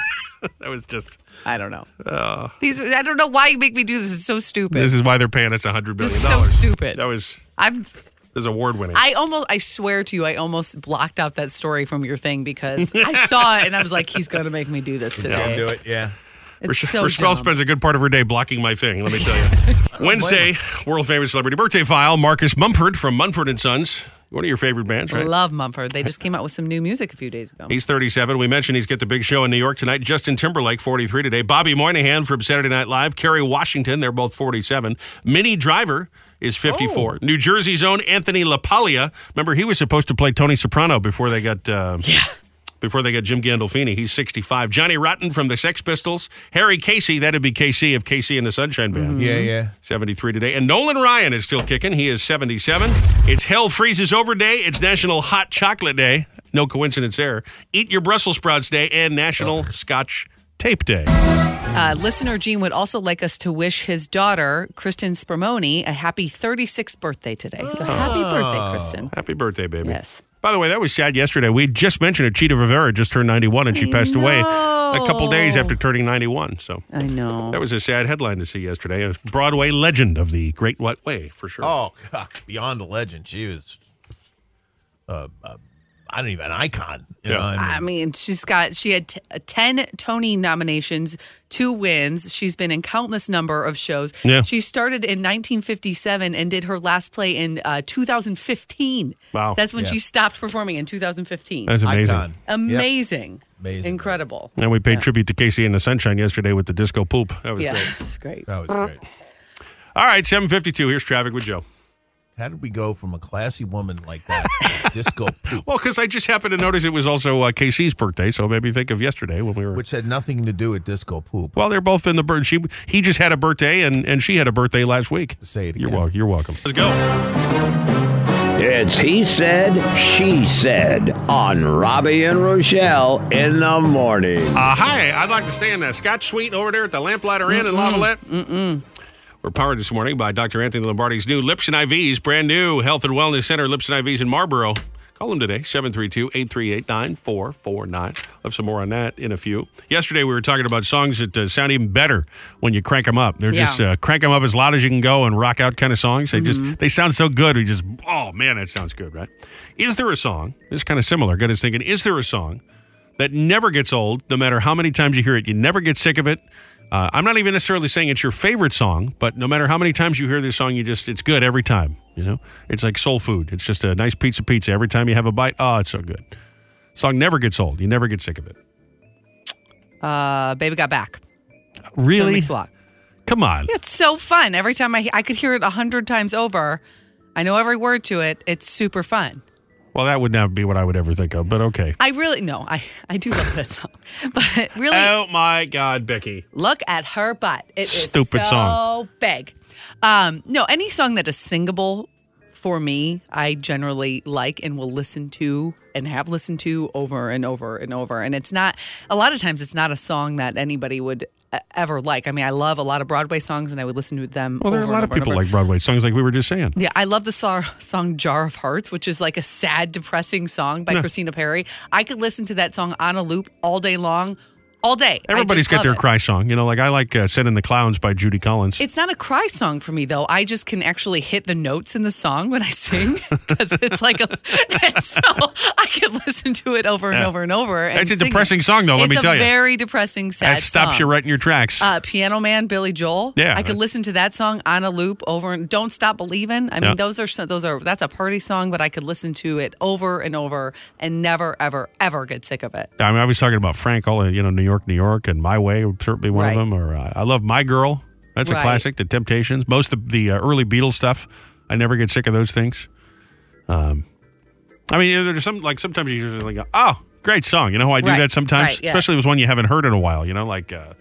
A: was just.
C: I don't know.
A: Uh,
C: These I don't know why you make me do this. It's so stupid.
A: this is why they're paying us a hundred billion
C: This is so stupid.
A: That was
C: I'm
A: this is award winning.
C: I almost I swear to you, I almost blocked out that story from your thing because I saw it and I was like, he's gonna make me do this today.
B: do it. Yeah.
C: It's
A: Rochelle,
C: so
A: Rochelle
C: dumb.
A: spends a good part of her day blocking my thing. Let me tell you. Wednesday, world famous celebrity birthday file. Marcus Mumford from Mumford and Sons, one of your favorite bands, right?
C: Love Mumford. They just came out with some new music a few days ago.
A: He's 37. We mentioned he's got the big show in New York tonight. Justin Timberlake, 43 today. Bobby Moynihan from Saturday Night Live. Kerry Washington, they're both 47. Minnie Driver is 54. New Jersey's own Anthony LaPaglia. Remember, he was supposed to play Tony Soprano before they got. Uh, Before they got Jim Gandolfini, he's 65. Johnny Rotten from the Sex Pistols. Harry Casey, that'd be KC of KC and the Sunshine Band.
C: Hmm?
B: Yeah, yeah.
A: 73 today. And Nolan Ryan is still kicking. He is 77. It's Hell Freezes Over Day. It's National Hot Chocolate Day. No coincidence there. Eat Your Brussels Sprouts Day and National Scotch Tape Day.
C: Uh, listener Gene would also like us to wish his daughter, Kristen Spermoni, a happy 36th birthday today. So happy
A: Ah.
C: birthday, Kristen.
A: Happy birthday, baby.
C: Yes.
A: By the way, that was sad yesterday. We just mentioned it. Cheetah Rivera just turned 91 and she passed away a couple days after turning 91. So
C: I know.
A: that was a sad headline to see yesterday. A Broadway legend of the Great White Way, for sure.
B: Oh, God, beyond a legend. She was, uh, uh, I don't even an icon. You know, I mean,
C: I mean, she's got she had t- uh, ten Tony nominations, two wins. She's been in countless number of shows.
A: Yeah.
C: She started in 1957 and did her last play in uh, 2015.
A: Wow.
C: that's when
A: Yeah.
C: she stopped performing in 2015.
A: That's amazing. Icon.
C: Amazing,
B: Amazing.
C: incredible.
A: And we paid tribute to Casey and the Sunshine yesterday with the disco poop. That was
C: yeah,
A: great.
C: it's great.
B: That was great.
A: All right, 752. Here's traffic with Joe.
B: how did we go from a classy woman like that to disco poop,
A: Well, because I just happened to notice it was also uh, Casey's birthday, so maybe think of yesterday when we were.
B: which had nothing to do with disco poop?
A: well, they're both in the bird. She he just had a birthday, and, and she had a birthday last week.
B: Say it
A: You're welcome. You're welcome. Let's go.
N: It's He Said, She Said on Robbie and Rochelle in the morning.
A: Uh, hi, I'd like to stay in that Scotch Suite over there at the Lamplighter Inn in Lavalette.
C: Mm-mm.
A: We're powered this morning by Dr. Anthony Lombardi's new Lips and IVs, brand new Health and Wellness Center, Lips and IVs in Marlboro. Call them today, 732 838 9449. I'll have some more on that in a few. Yesterday, we were talking about songs that uh, sound even better when you crank them up. They're
P: Yeah.
A: just uh, crank them up as loud as you can go and rock out kind of songs. They
P: Mhm.
C: Mm-hmm.
A: just they sound so good. We just, oh man, that sounds good, right? Is there a song? This is kind of similar. Got us thinking, is there a song that never gets old, no matter how many times you hear it. You never get sick of it. Uh, I'm not even necessarily saying it's your favorite song, but no matter how many times you hear this song, you just it's good every time. You know, it's like soul food. It's just a nice pizza pizza every time you have a bite. Oh, it's so good. Song never gets old. You never get sick of it.
C: Uh, Baby got back.
A: Really?
C: Mix a lot.
A: Come on.
C: Yeah, It's so fun. Every time I I could hear it a hundred times over. I know every word to it. It's super fun.
A: Well, that would not be what I would ever think of, but okay.
C: I really no, I I do love that song, but really,
A: Oh my God, Becky.
C: look at her butt. It is
A: Stupid
C: so
A: song.
C: big. Um, no, any song that is singable for me, I generally like and will listen to and have listened to over and over and over. And it's not a lot of times it's not a song that anybody would uh, ever like. I mean, I love a lot of Broadway songs and I would listen to them.
A: Well, there are a
C: over
A: lot of
C: and over and
A: people
C: over.
A: like Broadway songs, like we were just saying.
C: Yeah, I love the sor- song Jar of Hearts, which is like a sad, depressing song by
A: No.
C: Christina Perry. I could listen to that song on a loop all day long, all day. I
A: Everybody's
C: just
A: got
C: love
A: their
C: it.
A: cry song. You know, like I like uh, "Sending the Clowns" by Judy Collins.
C: It's not a cry song for me though. I just can actually hit the notes in the song when I sing because it's like a. and so I can listen to it over and
A: Yeah.
C: over and over. And
A: That's a
C: sing it.
A: depressing song, though, let
C: It's
A: me
C: a
A: tell you.
C: Very depressing, sad.
A: that stops
C: song.
A: you right in your tracks.
C: Uh, Piano Man, Billy Joel.
A: Yeah.
C: I could listen to that song on a loop over and Don't Stop Believing. I mean,
A: Yeah.
C: those are so- those are that's a party song, but I could listen to it over and over and never ever ever get sick of it.
A: I mean, I was talking about Frank, all you know, New York, New York, and My Way, would certainly one
C: Right.
A: of them. Or uh, I love My Girl. That's
C: Right.
A: a classic. The Temptations. Most of the uh, early Beatles stuff. I never get sick of those things. Um, I mean, there's some like sometimes you just like, oh, Great song. You know how I do
C: Right,
A: that sometimes?
C: right, yes.
A: Especially if it's one you haven't heard in a while, you know, like uh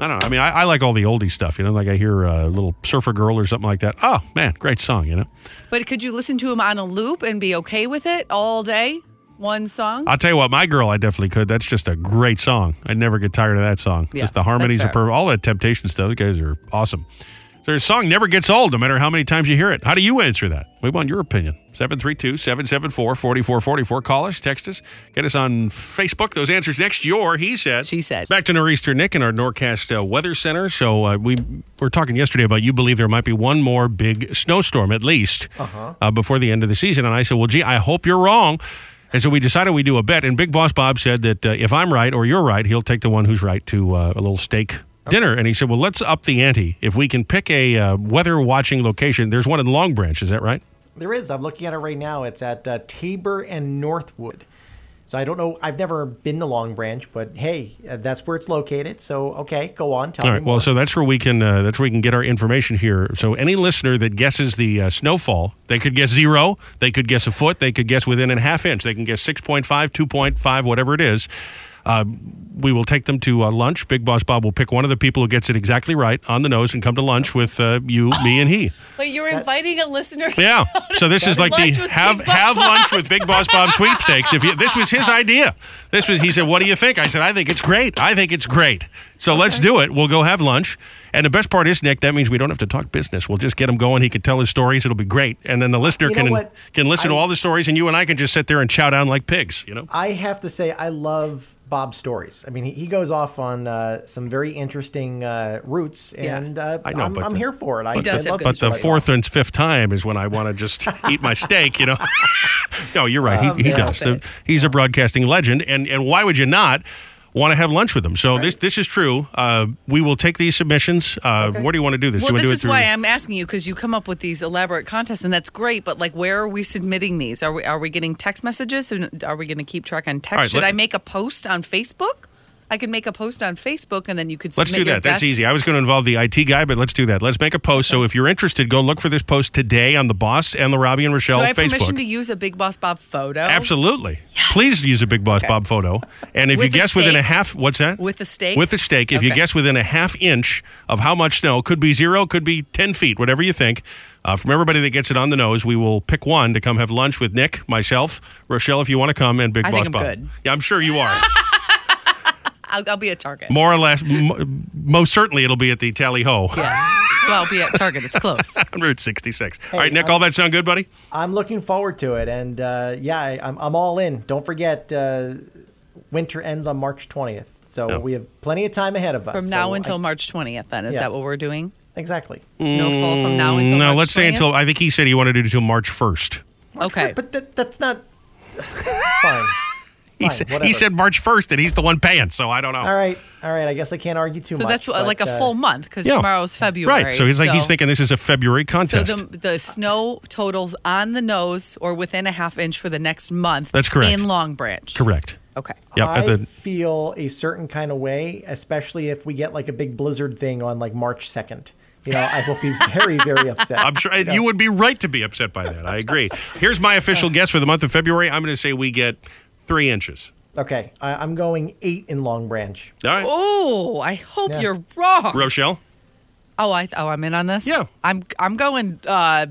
A: I don't know. I mean, I, I like all the oldie stuff, you know, like I hear a uh, little surfer girl or something like that. Oh, man, great song, you know.
C: But could you listen to him on a loop and be okay with it all day? One song?
A: I'll tell you what, my girl, I definitely could. That's just a great song. I'd never get tired of that song.
C: Yeah,
A: just the harmonies
C: that's
A: are
C: fair.
A: perfect. All that temptation stuff. Those guys are awesome. Their song never gets old, no matter how many times you hear it. How do you answer that? We want your opinion. 732 774 4444. Call us, text us, get us on Facebook. Those answers next. Your, he said. She said. Back to Nor'easter Nick and our Norcast uh, Weather Center. So uh, we were talking yesterday about you believe there might be one more big snowstorm, at least
P: Uh-huh.
A: uh, before the end of the season. And I said, well, gee, I hope you're wrong. And so we decided we do a bet. And Big Boss Bob said that uh, if I'm right or you're right, he'll take the one who's right to uh, a little steak dinner. And he said, well, let's up the ante. If we can pick a uh, weather watching location, there's one in Long Branch. Is that right?
P: There is. I'm looking at it right now. It's at uh, Tabor and Northwood. So I don't know. I've never been to Long Branch, but hey, uh, that's where it's located. So okay, go on. Tell
A: All
P: me
A: right. Well, so that's where we can uh, that's where we can get our information here. So any listener that guesses the uh, snowfall, they could guess zero, they could guess a foot, they could guess within a half inch, they can guess 6.5, 2.5, whatever it is. Uh, we will take them to uh, lunch. Big Boss Bob will pick one of the people who gets it exactly right on the nose and come to lunch with uh, you, me, and he.
C: But you're inviting a listener. to
A: Yeah.
C: go to
A: So this is like the
C: lunch with
A: have
C: Big Boss
A: have
C: Bob.
A: lunch with Big Boss Bob sweepstakes. If you, this was his idea, this was he said, "What do you think?" I said, "I think it's great. I think it's great." So let's do it. We'll go have lunch. And the best part is, Nick, that means we don't have to talk business. We'll just get him going. He can tell his stories. It'll be great. And then the listener
P: You know
A: can
P: what?
A: can listen to
P: I-
A: all the stories, and you and I can just sit there and chow down like pigs. You know.
P: I have to say, I love Bob's stories. I mean, he, he goes off on uh, some very interesting uh, routes,
A: Yeah.
P: and uh,
A: I know,
P: I'm,
A: but
P: I'm
A: the-
P: here for it. I,
A: but
P: I
A: the,
P: love
A: but
P: his
A: the
P: stories.
A: fourth and fifth time is when I want to just eat my steak, you know. no, you're right. He,
P: Um,
A: he
P: yeah.
A: does. So he's a broadcasting legend, and and why would you not? Want to have lunch with him? So this this is true. Uh, we will take these submissions. Uh, Where do you want to do this?
C: Well,
A: do you want
C: this is why I'm asking you because you come up with these elaborate contests, and that's great. But like, where are we submitting these? Are we are we getting text messages? And are we going to keep track on text?
A: All right,
C: Should
A: let-
C: I make a post on Facebook? I could make a post on Facebook, and then you could.
A: Let's
C: submit
A: do
C: your
A: that. That's
C: best-
A: easy. I was going to involve the IT guy, but let's do that. Let's make a post. So if you're interested, go look for this post today on the Boss and the Robbie and Rochelle
C: Do I have
A: Facebook.
C: permission to use a Big Boss Bob photo?
A: Absolutely. Please use a Big Boss
C: Okay.
A: Bob photo. And if
C: With
A: you
C: the
A: guess within a
C: steak?
A: half, what's that?
C: With the steak?
A: With the steak. If you
C: Okay.
A: guess within a half inch of how much snow, could be zero, could be 10 feet, whatever you think. Uh, from everybody that gets it on the nose, we will pick one to come have lunch with Nick, myself, Rochelle, if you want to come, and Big
C: I
A: Boss
C: think I'm
A: Bob.
C: good.
A: Yeah, I'm sure you are.
C: I'll, I'll be at Target.
A: More or less, m- most certainly it'll be at the Tally Ho
C: well, I'll be at Target. It's close.
A: on Route 66. all right, Nick, all that sound good, buddy?
P: I'm looking forward to it, and uh, yeah, I, I'm, I'm all in. Don't forget, uh, winter ends on March 20th, so we have plenty of time ahead of us.
C: From now
P: So
C: until
P: I-
C: March 20th, then. Is
P: Yes.
C: that what we're doing?
P: Exactly.
C: No fall from now until
A: Mm, no,
C: March
A: let's say
C: 20th?
A: until, I think he said he wanted to do until March 1st.
C: Okay.
P: But that, that's not. Fine.
A: He,
P: Fine,
A: said, he
P: whatever.
A: said March 1st, and he's the one paying, so I don't know.
P: All right, all right. I guess I can't argue too
C: So
P: much.
C: that's what, like
P: but,
C: a
P: uh,
C: full month because
A: Yeah.
C: tomorrow's February.
A: Right. So he's like he's
C: so-
A: thinking this is a February
C: So
A: contest.
C: the, the snow totals on the nose or within a half inch for the next month.
A: That's correct.
C: In Long Branch.
A: Correct.
C: Okay.
A: Yep.
P: I
A: At the,
P: feel a certain kind of way, especially if we get like a big blizzard thing on like March 2nd. You know, I will be very, very upset.
A: I'm sure you would be right to be upset by that. I agree. Here's my official guess for the month of February. I'm going to say we get three inches.
P: Okay, I, I'm going eight in Long Branch.
A: All right.
C: Oh, I hope
P: Yeah.
C: you're wrong.
A: Rochelle.
C: oh, I oh I'm in on this. Yeah. I'm I'm going uh,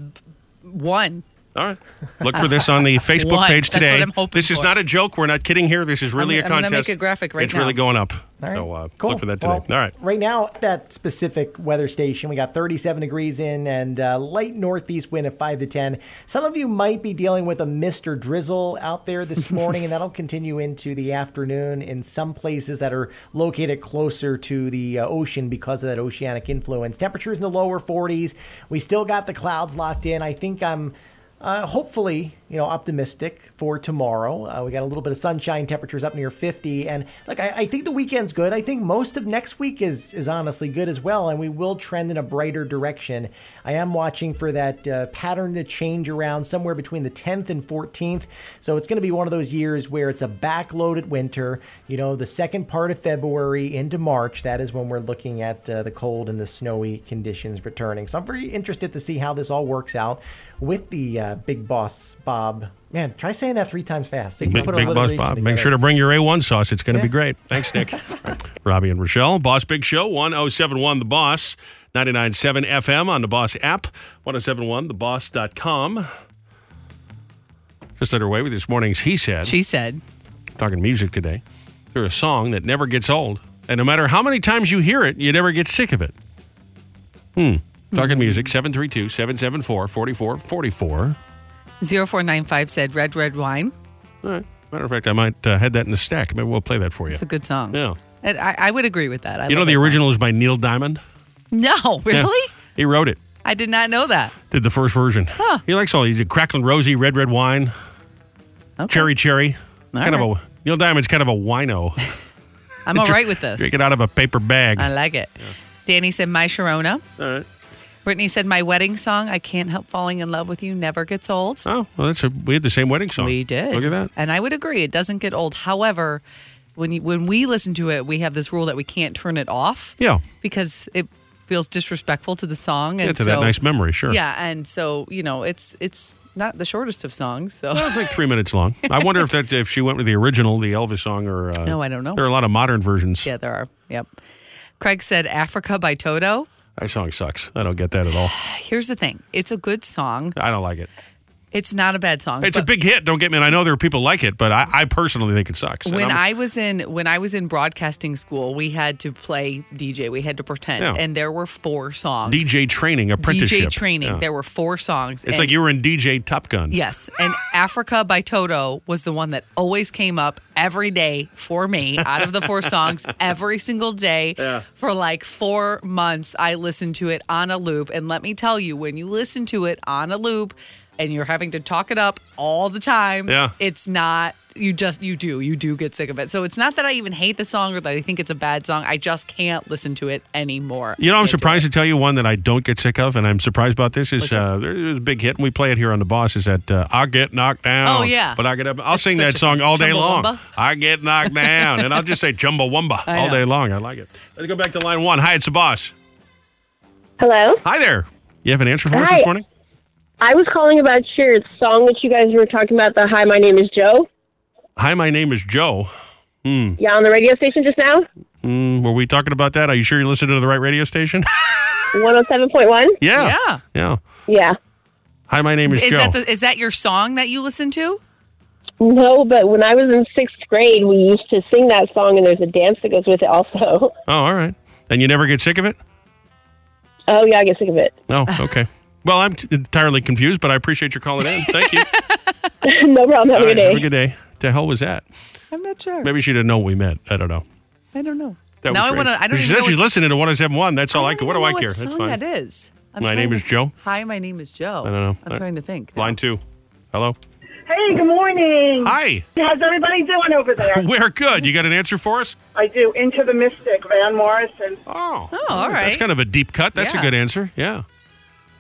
C: one.
A: All right. Look for this on the Facebook
C: One.
A: page
C: That's what
A: today.
C: I'm hoping
A: this is
C: for.
A: not a joke. We're not kidding here. This is really
P: I'm-
A: a
P: I'm gonna
A: contest.
P: make a graphic right
A: It's really
P: now.
A: going up.
P: All right.
A: So uh,
P: Cool.
A: look for that today.
P: Well,
A: All right.
P: Right now, at that specific weather station, we got 37 degrees in and uh, light northeast wind of 5 to 10. Some of you might be dealing with a mist or drizzle out there this morning, and that'll continue into the afternoon in some places that are located closer to the uh, ocean because of that oceanic influence. Temperatures in the lower 40s. We still got the clouds locked in. I think I'm. Uh, hopefully, you know, optimistic for tomorrow. Uh, we got a little bit of sunshine, temperatures up near 50. And look, I, I think the weekend's good. I think most of next week is, is honestly good as well. And we will trend in a brighter direction. I am watching for that uh, pattern to change around somewhere between the 10th and 14th. So it's going to be one of those years where it's a backloaded winter. You know, the second part of February into March, that is when we're looking at uh, the cold and the snowy conditions returning. So I'm very interested to see how this all works out with the uh, Big Boss Bob Bob. Man, try saying that three times fast. You can
A: Big,
P: put
A: big Boss
P: alliteration
A: Bob.
P: together.
A: Make sure to bring your A1 sauce. It's going to
P: Yeah.
A: be great. Thanks, Nick. Robbie and Rochelle, Boss Big Show, 1071 The Boss, 997 FM on the Boss app, 1071theboss.com. Just underway with this morning's He Said.
C: She said.
A: Talking music today. There's a song that never gets old, and no matter how many times you hear it, you never get sick of it. Hmm. Talking music, 732 774 4444.
C: Zero four nine five said red red wine.
A: All right. Matter of fact, I might uh, head that in the stack. Maybe we'll play that for you.
C: It's a good song.
A: Yeah.
C: And I, I would agree with that. I
A: you know,
C: love
A: the
C: that
A: original is by Neil Diamond.
C: song. No,
A: Yeah.
C: really?
A: He wrote it,
C: I did not know that.
A: did the first version. He likes all. He did Crackling Rosie, Red Red Wine, Cherry Cherry.
C: Oh. All
A: kind of
C: right.
A: a Neil Diamond's kind of a wino.
C: I'm all right with this.
A: Drink it out of a paper bag.
C: I like it. Danny said my Sharona.
A: all right.
C: Brittany said my wedding song. I can't help falling in love with you. Never gets old.
A: Oh, well, that's a, we had the same wedding song.
C: We did.
A: Look at that.
C: And I would agree. It doesn't get old. However, when you, when we listen to it, we have this rule that we can't turn it off.
A: Yeah.
C: Because it feels disrespectful to the song. And
A: Yeah, to
C: so,
A: that nice memory, sure.
C: Yeah, and so you know, it's it's not the shortest of songs. So
A: Well, it's like three minutes long. I wonder if that if she went with the original, the Elvis song, or uh,
C: No, I don't know.
A: There are a lot of modern versions.
C: yeah, there are. Yep. Craig said Africa by Toto.
A: That song sucks. I don't get that at all.
C: Here's the thing. It's a good song.
A: I don't like it.
C: It's not a bad song.
A: It's a
C: but-
A: big hit. Don't get me. And I know there are people like it, but I, I personally think it sucks. And
C: when
A: I'm-
C: I was in when I was in broadcasting school, we had to play DJ. We had to pretend,
A: Yeah.
C: and there were four songs.
A: DJ training apprenticeship
C: DJ training.
A: Yeah.
C: There were four songs.
A: It's like you were in DJ Top Gun.
C: Yes, and Africa by Toto was the one that always came up every day for me out of the four songs every single day
Q: Yeah.
C: for like 4 months. I listened to it on a loop and let me tell you when you listen to it on a loop and you're having to talk it up all the time,
Q: Yeah.
C: it's not you just you do you do get sick of it. So it's not that I even hate the song or that I think it's a bad song. I just can't listen to it anymore.
A: You know, I'm surprised to tell you one that I don't get sick of, and I'm surprised about this. Is
C: What's this?
A: uh, there- there's a big hit, and we play it here on the boss. Is that uh, I get knocked down?
C: Oh, yeah.
A: but I get up. I'll sing that song all day long.
C: Chumbawamba.
A: I get knocked down, and I'll just say Chumbawamba
C: I
A: all
C: know.
A: day long. I like it. Let's go back to line one. Hi, it's the boss.
R: Hello.
A: Hi there. You have an answer for us
R: Hi.
A: this morning?
R: I was calling about your song that you guys were talking about. The "Hi, my name is Joe."
A: Hi, my name is Joe. Hmm.
R: Yeah, on the radio station just now,
A: Hmm, were we talking about that? Are you sure you're listening to the right radio station?
R: one hundred seven point one.
A: yeah. Yeah. Yeah.
R: Yeah.
A: Hi, my name is,
C: Is
A: Joe.
C: that the, is that your song that you listen to?
R: No, but when I was in sixth grade, we used to sing that song, and there's a dance that goes with it. Also.
A: oh, all right. And you never get sick of it?
R: Oh yeah, I get sick of it.
A: Oh, okay. well, I'm t- entirely confused, but I appreciate your calling in. Thank you.
R: no problem. Have
A: All
R: a
A: right,
R: good day.
A: Have a good day. The hell was that?
C: I'm not sure.
A: Maybe she didn't know we met. I don't know.
C: I don't know.
A: That
C: now
A: was
C: I want to. I don't
A: she
C: even know
A: said she's
C: what-
A: listening to 1071. That's all I,
C: I
A: can.
C: don't
A: What do
C: know
A: I care?
C: What
A: That's
C: song
A: fine.
C: that is.
A: My name
C: trying
A: is
C: to-
A: Joe.
C: Hi, my name is Joe.
A: I don't know.
C: I'm
A: Uh,
C: trying to think.
A: Line two. Hello.
S: Hey, good morning.
A: Hi.
S: How's everybody doing over there?
A: We're good. You got an answer for us?
S: I do. Into the Mystic, Van Morrison.
A: Oh.
C: Oh, all right.
A: That's kind of a deep cut. That's
C: Yeah.
A: a good answer. Yeah.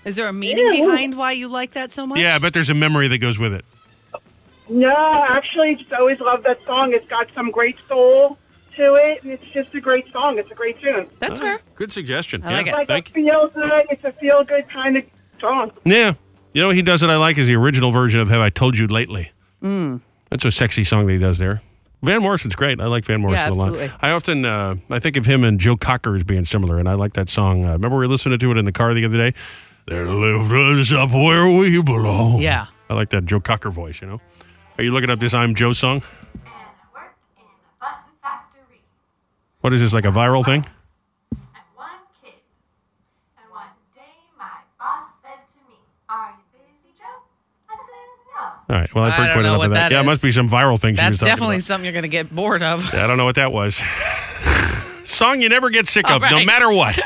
C: Is there a meaning behind why you like that so much?
A: Yeah, I bet there's a memory that goes with it.
S: No, actually, just always loved that song. It's got some great soul to it, and it's just a great song. It's a great tune.
C: That's
A: fair. Good suggestion.
S: I
A: yeah.
S: like it.
A: Thank you.
S: Feel good. It's a feel good kind of song.
A: Yeah. You know, what he does that I like is the original version of Have I Told You Lately.
S: Mm.
A: That's a sexy song that he does there. Van Morrison's great. I like Van Morrison a
C: absolutely.
A: lot. I often uh, I think of him and Joe Cocker as being similar, and I like that song. Uh, remember we were listening to it in the car the other day. They lift us up where we belong.
C: Yeah.
A: I like that Joe Cocker voice. You know. Are you looking up this "I'm Joe" song? What is this like a viral thing? All right. Well, I've
C: I
A: heard
C: don't
A: quite
C: know
A: enough
C: what
A: of that.
C: that
A: yeah, it
C: is.
A: must be some viral thing she was
C: That's
A: talking
C: definitely
A: about.
C: something you're going to get bored of.
A: Yeah, I don't know what that was. Song you never get sick
C: All
A: of, no
C: right.
A: matter what.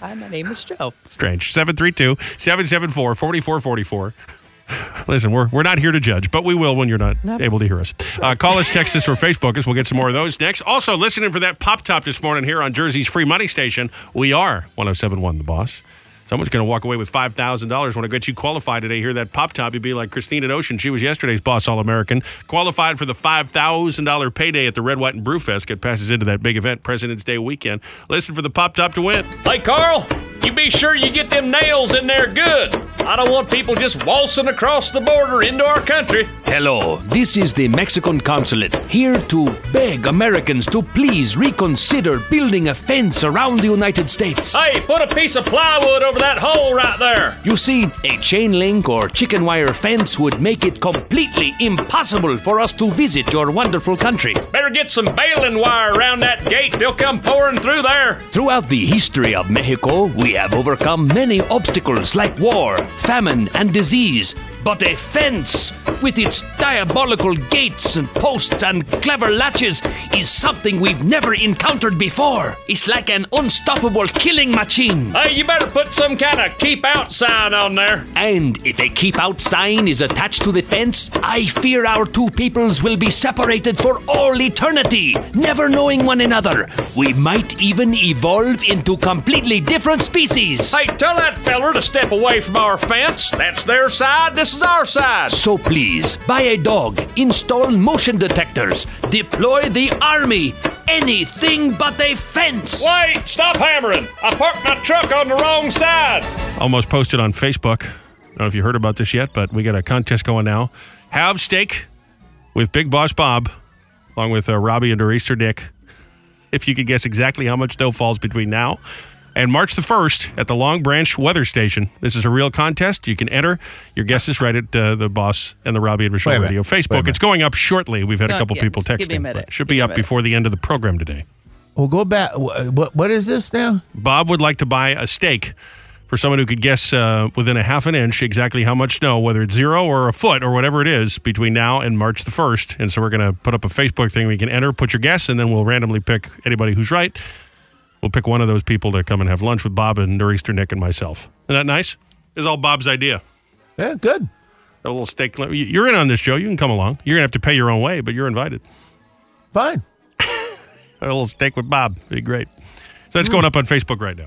C: Hi, my name is Joe.
A: Strange. 732 774 4444. Listen, we're, we're not here to judge, but we will when you're not able to hear us. Uh, call us, text us, or Facebook us. We'll get some more of those next. Also, listening for that pop top this morning here on Jersey's Free Money Station. We are 1071 The Boss. Someone's going to walk away with $5,000 when I get you qualified today. Hear that pop top. You'd be like Christina Ocean. She was yesterday's Boss All American. Qualified for the $5,000 payday at the Red, White, and Brew Fest. It passes into that big event, President's Day weekend. Listen for the pop top to win.
T: Hey, Carl, you be sure you get them nails in there good.
Q: I don't want people just waltzing across the border into our country.
T: Hello, this is the Mexican consulate, here to beg Americans to please reconsider building a fence around the United States.
Q: Hey, put a piece of plywood over that hole right there.
T: You see, a chain link or chicken wire fence would make it completely impossible for us to visit your wonderful country.
Q: Better get some baling wire around that gate. They'll come pouring through there.
T: Throughout the history of Mexico, we have overcome many obstacles like war, famine, and disease. But a fence, with its diabolical gates and posts and clever latches, is something we've never encountered before. It's like an unstoppable killing machine.
Q: Hey, you better put some kind of keep out sign on there.
T: And if a keep out sign is attached to the fence, I fear our two peoples will be separated for all eternity, never knowing one another. We might even evolve into completely different species.
Q: Hey, tell that feller to step away from our fence. That's their side, this is our side.
T: So please, buy a dog, install motion detectors, deploy the army, anything but a fence.
Q: Wait, stop hammering. I parked my truck on the wrong side.
A: Almost posted on Facebook. I don't know if you heard about this yet, but we got a contest going now. Have steak with Big Boss Bob, along with uh, Robbie and her Easter Dick. If you could guess exactly how much snow falls between now and March the 1st at the Long Branch Weather Station. This is a real contest. You can enter. Your guess is right at uh, the Boss and the Robbie and
B: Wait
A: Rochelle
B: a minute.
A: Radio
B: Wait a
A: Facebook.
B: minute.
A: It's going up shortly. We've had a
B: No,
A: couple
B: yeah,
A: people
B: just
A: texting.
B: give me a minute.
A: but Should be
B: Give me a
A: up
B: minute.
A: before the end of the program today.
B: Well, go back. wh- What what is this now?
A: Bob would like to buy a steak for someone who could guess uh, within a half an inch exactly how much snow, whether it's zero or a foot or whatever it is, between now and March the 1st. And so we're going to put up a Facebook thing where you can enter, put your guess, and then we'll randomly pick anybody who's right. We'll pick one of those people to come and have lunch with Bob and Nor'easter Nick and myself. Isn't that nice? This is all Bob's idea.
B: Yeah, good.
A: A little steak. You- You're in on this, Joe. You can come along. You're going to have to pay your own way, but you're invited.
B: Fine.
A: a little steak with Bob. It'd be great. So that's going up on Facebook right now.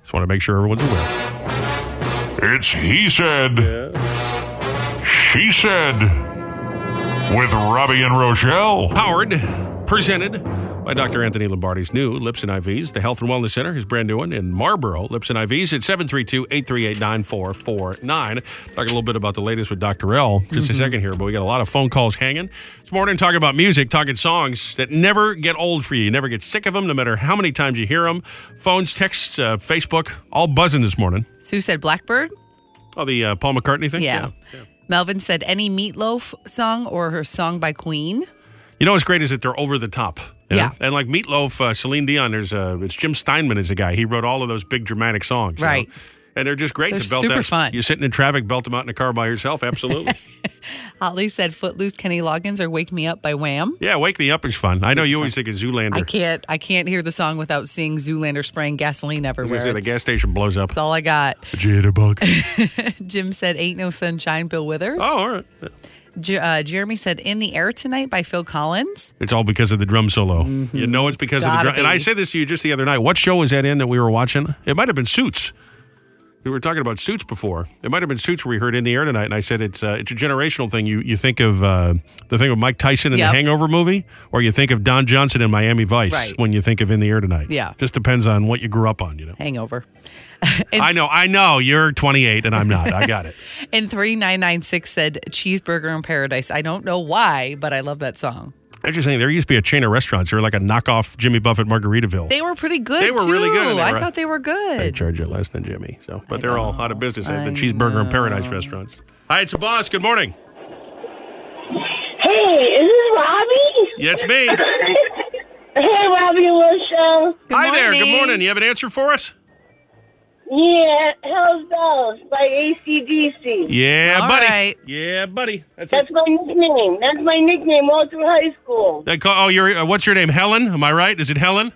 A: Just want to make sure everyone's aware.
U: It's He Said, She Said, with Robbie and Rochelle.
A: Powered, presented by Dr. Anthony Lombardi's new Lips and IVs, the Health and Wellness Center, his brand new one in Marlboro. Lips and IVs at 732 838 9449. Talking a little bit about the latest with Dr. L just a second here, but we got a lot of phone calls hanging. This morning, talking about music, talking songs that never get old for you. You never get sick of them, no matter how many times you hear them. Phones, texts, uh, Facebook, all buzzing this morning.
C: Sue said Blackbird.
A: Oh, the uh, Paul McCartney thing?
C: Yeah. Melvin said any meatloaf song or her song by Queen.
A: You know what's great is that they're over the top. you know?
C: Yeah.
A: And like Meatloaf, uh, Celine Dion, there's uh, it's Jim Steinman is the guy. He wrote all of those big dramatic songs. you know?
C: Right.
A: And they're just great
C: They're
A: to belt
C: super
A: out.
C: fun.
A: You're sitting in traffic, belt them out in a car by yourself. Absolutely.
C: Holly said Footloose, Kenny Loggins, or Wake Me Up by Wham.
A: yeah, Wake Me Up is fun. I know you always think of Zoolander.
C: I can't. I can't hear the song without seeing Zoolander spraying gasoline
A: I was gonna
C: everywhere.
A: say the
C: It's-
A: gas station blows up.
C: That's all I got.
A: Jitterbug.
C: Jim said "Ain't No Sunshine," Bill Withers.
A: Oh, all right.
C: J- uh, Jeremy said "In the Air Tonight" by Phil Collins.
A: It's all because of the drum solo. You know it's because of the
C: Mm-hmm. gotta
A: drum. And I
C: be.
A: said this to you just the other night. What show was that in that we were watching? It might have been Suits. We were talking about Suits before. It might have been Suits where we heard in the air tonight, and I said it's uh, it's a generational thing. You you think of uh, the thing with Mike Tyson in
C: Yep.
A: the Hangover movie, or you think of Don Johnson in Miami Vice
C: Right.
A: when you think of in the air tonight.
C: Yeah.
A: just depends on what you grew up on. You know.
C: Hangover.
A: I know. I know. You're 28, and I'm not. I got it.
C: And three nine nine six said "Cheeseburger in Paradise." I don't know why, but I love that song.
A: I'm just saying there used to be a chain of restaurants. They were like a knockoff Jimmy Buffett Margaritaville.
C: They were pretty good.
A: They were really good, and
C: too.
A: they
C: I
A: were-
C: thought they were
A: They
C: good.
A: charge it less than Jimmy. So, but they're all out of business at the Cheeseburger and Paradise restaurants. Hi, it's the boss. Good morning.
V: Hey, is this Robbie?
A: Yeah, it's me.
V: Hey, Robbie Rochelle.
A: Hi there. Good morning. You have an answer for us?
V: Yeah, Hell's Bells by ACDC.
A: Yeah,
V: All
A: buddy.
V: right.
A: Yeah, buddy. That's,
V: my nickname. That's my nickname all through high school.
A: They call, oh, you're, uh, what's your name? Helen? Am I right? Is it Helen?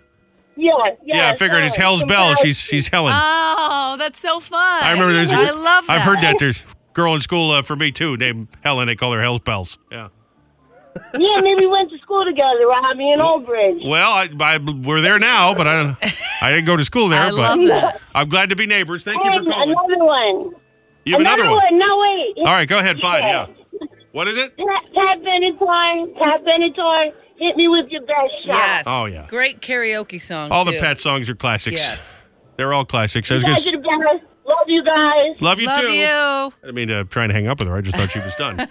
V: Yeah, yeah.
A: yeah, I figured it's Hell's Bell. She's she's Helen.
C: Oh, that's so fun!
A: I remember there's. a-
C: I love. That.
A: I've heard that there's a girl in school uh, for me too named Helen. They call her Hell's Bells. Yeah.
V: yeah, maybe we went to school together, Robbie, in Old Bridge.
A: Well, I, I, we're there now, but I don't. I didn't go to school there.
V: I
A: but
V: love that.
A: I'm glad to be neighbors. Thank you
V: And
A: for calling.
V: another one.
A: You have another, one.
V: No, wait.
A: All right, go ahead. Fine. Yeah. What is it?
V: Pat, Pat Benatar. Pat Benatar. Hit me with your best shot.
C: Yes.
A: Oh, yeah.
C: Great karaoke song.
A: All the
C: too.
A: pet songs are classics.
C: Yes.
A: They're all classics. I was
V: You
A: gonna s-
V: guys are the best. Love you guys.
A: Love you too.
C: you.
A: I didn't mean to try and hang up with her. I just thought she was done.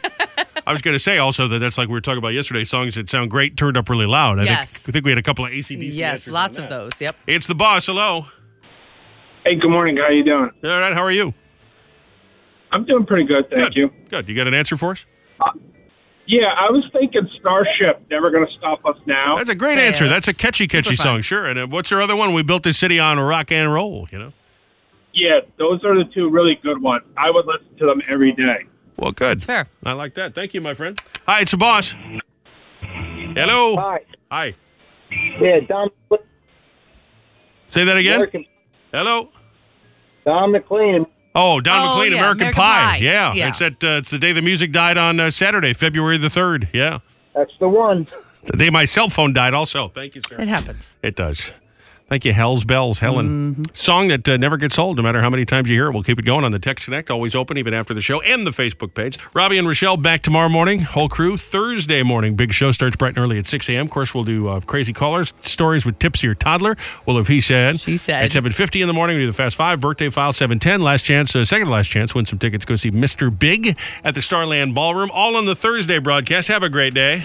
A: I was going to say also that that's like we were talking about yesterday songs that sound great turned up really loud. I
C: Yes.
A: Think, I think we had a couple of ACDC.
C: Yes, lots of those. Yep.
A: It's the boss. Hello.
D: Hey, good morning. How you doing?
A: All right. How are you?
D: I'm doing pretty good, thank you.
A: Good. You got an answer for us?
D: Yeah, I was thinking Starship, Never Gonna Stop Us Now.
A: That's a great answer. That's a catchy, catchy song. Sure. And uh, what's your other one? We built this city on rock and roll. You know.
D: Yeah, those are the two really good ones. I would listen to them every day.
A: Well, good. That's
C: fair.
A: I like that. Thank you, my friend. Hi, it's the boss. Hello.
G: Hi.
A: Hi.
G: Yeah, Dom.
A: Say that again. Hello.
G: Don McLean.
A: Oh, Don
G: Oh,
A: McLean,
G: yeah,
A: American,
G: American
A: Pie.
G: Pie.
A: Yeah.
G: Yeah.
A: It's that. Uh, it's the day the music died on uh, Saturday, February the third. Yeah.
G: That's the one.
A: The day my cell phone died. Also. Thank you, sir.
C: It happens.
A: It does. Thank you, Hell's Bells, Helen. Song that uh, never gets old, no matter how many times you hear it. We'll keep it going on the Text Connect, always open, even after the show, and the Facebook page. Robbie and Rochelle back tomorrow morning. Whole crew Thursday morning. Big show starts bright and early at 6 a.m. Of course, we'll do uh, crazy callers, stories with Tipsy or Toddler. Well, if he said, she said at 7:50 in the morning, we do the Fast Five birthday file 7:10. Last chance, uh, second to last chance, win some tickets. Go see Mr. Big at the Starland Ballroom. All on the Thursday broadcast. Have a great day.